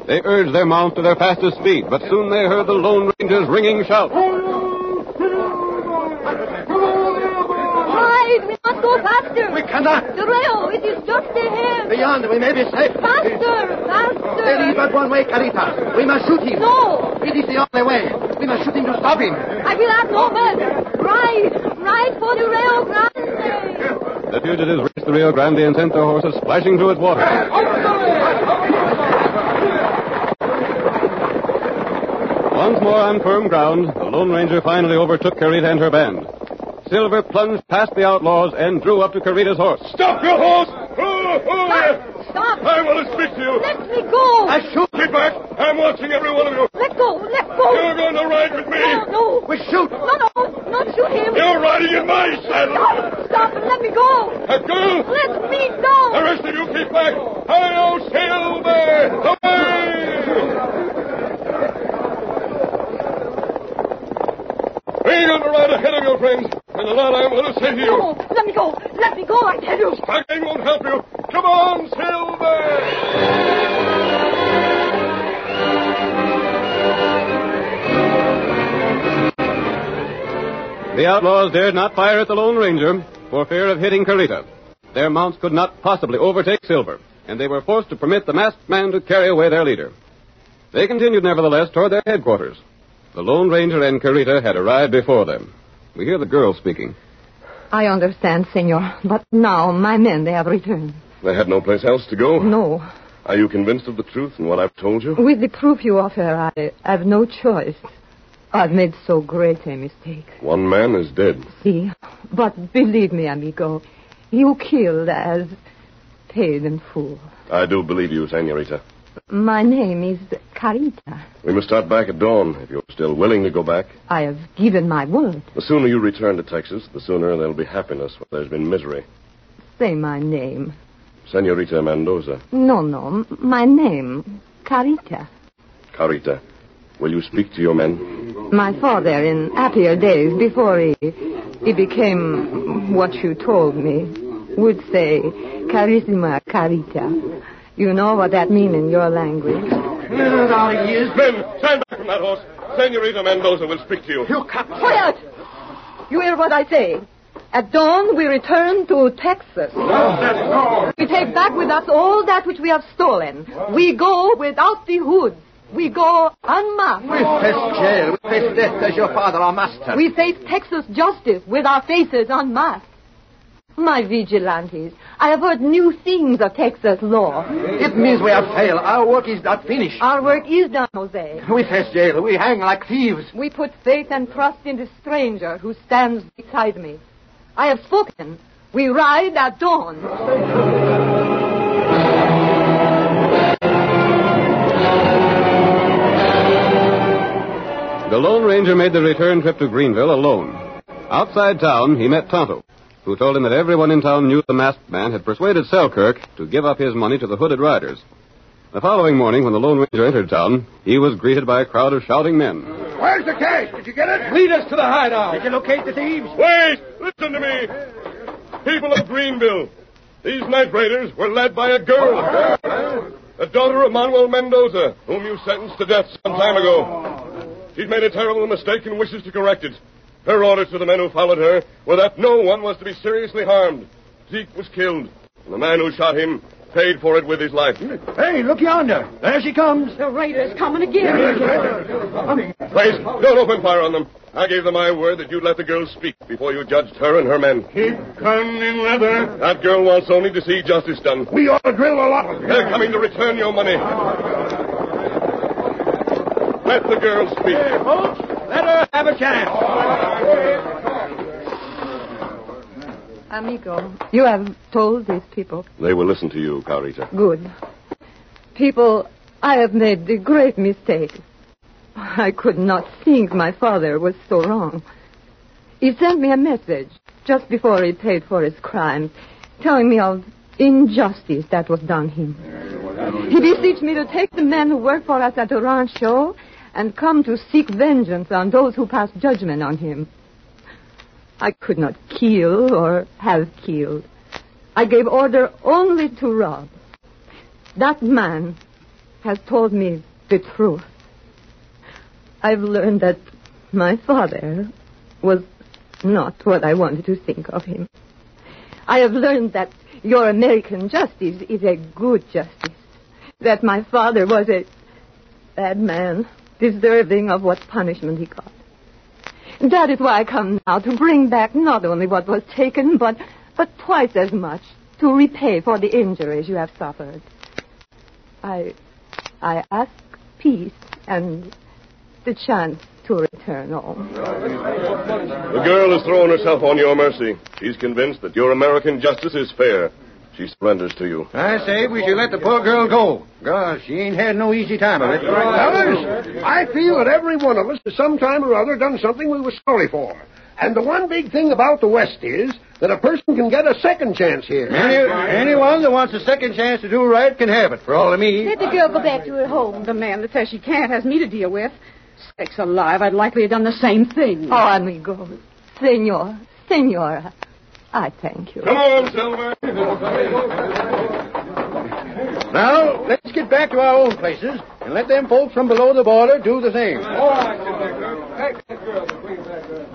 Speaker 2: They urged their mounts to their fastest speed, but soon they heard the Lone Ranger's ringing shout.
Speaker 40: Ride, we must go faster.
Speaker 3: We cannot.
Speaker 40: The rail, it is just ahead.
Speaker 3: Beyond, we may be safe.
Speaker 40: Faster, faster.
Speaker 3: There is but one way, Carita. We must shoot him.
Speaker 40: No.
Speaker 3: It is the only way. We must shoot him to stop him.
Speaker 40: I will have no murder. Ride, ride for the Rio Grande.
Speaker 2: The fugitives reached the Rio Grande and sent their horses splashing through its water. Once more on firm ground, the Lone Ranger finally overtook Carita and her band. Silver plunged past the outlaws and drew up to Carita's horse.
Speaker 4: Stop your horse! Stop!
Speaker 40: Stop!
Speaker 4: I want to speak to you!
Speaker 40: Let me go!
Speaker 4: I shoot! Get back! I'm watching every one of you!
Speaker 40: Let go, let go.
Speaker 4: You're going to ride with me!
Speaker 40: No, no.
Speaker 4: We shoot!
Speaker 40: No, no, not shoot him.
Speaker 4: You're riding in my saddle!
Speaker 40: Stop, stop, and let me go.
Speaker 4: A girl!
Speaker 40: Let me go.
Speaker 4: The rest of you keep back! I'll Silver! Away! We're going to ride ahead of you, friends, and a lot I want to say to you.
Speaker 40: No, let me go. Let me go, I tell you.
Speaker 4: Tagging won't help you. Come on, Silver!
Speaker 2: The outlaws dared not fire at the Lone Ranger for fear of hitting Carita. Their mounts could not possibly overtake Silver, and they were forced to permit the masked man to carry away their leader. They continued, nevertheless, toward their headquarters. The Lone Ranger and Carita had arrived before them. We hear the girl speaking.
Speaker 35: I understand, senor, but now my men, they have returned.
Speaker 8: They had no place else to go.
Speaker 35: No.
Speaker 8: Are you convinced of the truth in what I've told you?
Speaker 35: With the proof you offer, I have no choice. I've made so great a mistake.
Speaker 8: One man is dead.
Speaker 35: See? But believe me, amigo, you killed as paid in full.
Speaker 8: I do believe you, Senorita.
Speaker 35: My name is Carita.
Speaker 8: We must start back at dawn if you're still willing to go back.
Speaker 35: I have given my word.
Speaker 8: The sooner you return to Texas, the sooner there'll be happiness where there's been misery.
Speaker 35: Say my name.
Speaker 8: Senorita Mendoza,
Speaker 35: No, no, my name, Carita.
Speaker 8: Carita, will you speak to your men?
Speaker 35: My father, in happier days, before he, he became what you told me, would say, Carissima Carita. You know what that means in your language.
Speaker 4: Men, stand back from that horse. Senorita Mendoza will speak to you. You cut
Speaker 35: Quiet! You hear what I say? At dawn, we return to Texas. We take back with us all that which we have stolen. We go without the hood. We go unmasked.
Speaker 3: jail. We face death as your father, our master.
Speaker 35: We face Texas justice with our faces unmasked. My vigilantes, I have heard new things of Texas law.
Speaker 3: It means we have failed. Our work is not finished.
Speaker 35: Our work is done, Jose.
Speaker 3: We face jail. We hang like thieves.
Speaker 35: We put faith and trust in the stranger who stands beside me. I have spoken. We ride at dawn.
Speaker 2: The Lone Ranger made the return trip to Greenville alone. Outside town, he met Tonto, who told him that everyone in town knew the masked man had persuaded Selkirk to give up his money to the hooded riders. The following morning, when the Lone Ranger entered town, he was greeted by a crowd of shouting men.
Speaker 13: Where's the cash? Did you get it?
Speaker 41: Lead us to the hideout.
Speaker 13: Did you locate the thieves? Wait! Listen to me!
Speaker 4: People of Greenville, these night raiders were led by a girl, the daughter of Manuel Mendoza, whom you sentenced to death some time ago. She's made a terrible mistake and wishes to correct it.
Speaker 8: Her orders to the men who followed her were that no one was to be seriously harmed. Zeke was killed, and the man who shot him paid for it with his life.
Speaker 42: Hey, look yonder. There she comes. The raider's coming again.
Speaker 8: Grace, don't open fire on them. I gave them my word that you'd let the girl speak before you judged her and her men. Keep gun in leather. That girl wants only to see justice done.
Speaker 43: We ought to drill a lot of them.
Speaker 8: They're coming to return your money. Let the girl speak.
Speaker 42: Let her have a chance.
Speaker 35: Amigo, you have told these people.
Speaker 44: They will listen to you, Carita.
Speaker 35: Good. People, I have made the great mistake. I could not think my father was so wrong. He sent me a message just before he paid for his crime, telling me of injustice that was done him. He beseeched me to take the men who work for us at the rancho and come to seek vengeance on those who passed judgment on him. I could not kill or have killed. I gave order only to rob. That man has told me the truth. I've learned that my father was not what I wanted to think of him. I have learned that your American justice is a good justice. That my father was a bad man, deserving of what punishment he got. That is why I come now to bring back not only what was taken, but but twice as much to repay for the injuries you have suffered. I I ask peace and the chance to return home.
Speaker 8: The girl has thrown herself on your mercy. She's convinced that your American justice is fair. She surrenders to you.
Speaker 3: I say we should let the poor girl go. Gosh, she ain't had no easy time of it.
Speaker 13: Fellas, I feel that every one of us has some time or other done something we were sorry for. And the one big thing about the West is that a person can get a second chance here.
Speaker 3: Any, anyone that wants a second chance to do right can have it, for all of me.
Speaker 19: Let the girl go back to her home. The man that says she can't has me to deal with. Sakes alive, I'd likely have done the same thing.
Speaker 35: Oh, amigo. Senor, senora, I thank you.
Speaker 8: Come on, Silver.
Speaker 3: Now, let's get back to our own places and let them folks from below the border do the same.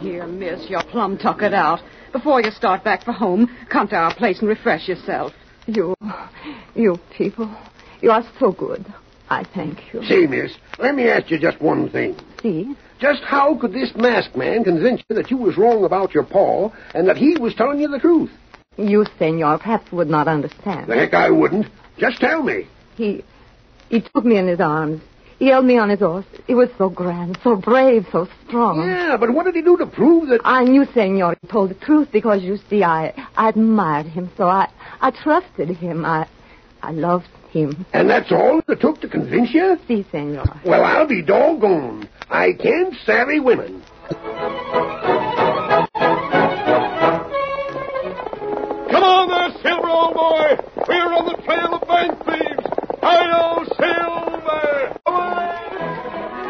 Speaker 19: Here, miss, you're plumb tuckered out. Before you start back for home, come to our place and refresh yourself.
Speaker 35: You, you people, you are so good. I thank you.
Speaker 13: See, miss, let me ask you just one thing.
Speaker 35: See?
Speaker 13: Just how could this masked man convince you that you was wrong about your paw and that he was telling you the truth?
Speaker 35: You, senor, perhaps would not understand.
Speaker 13: The heck I wouldn't. Just tell me.
Speaker 35: He he took me in his arms. He held me on his horse. He was so grand, so brave, so strong.
Speaker 13: Yeah, but what did he do to prove that
Speaker 35: I knew Senor he told the truth because you see I I admired him so I I trusted him. I I loved him.
Speaker 13: And that's all it took to convince you?
Speaker 35: See, senor.
Speaker 13: Well, I'll be doggone. I can't savvy women.
Speaker 4: Come on there, Silver, old boy. We're on the trail of bank thieves. I know Silver. Come on.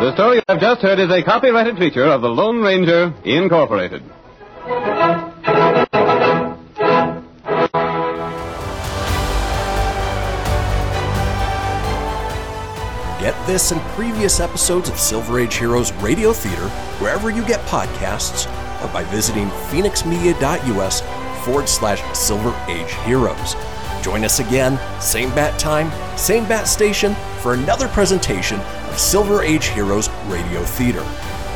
Speaker 2: The story you have just heard is a copyrighted feature of the Lone Ranger Incorporated.
Speaker 11: Get this and previous episodes of Silver Age Heroes Radio Theater wherever you get podcasts or by visiting phoenixmedia.us forward slash Silver Age Heroes. Join us again, same bat time, same bat station, for another presentation of Silver Age Heroes Radio Theater.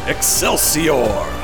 Speaker 11: Excelsior!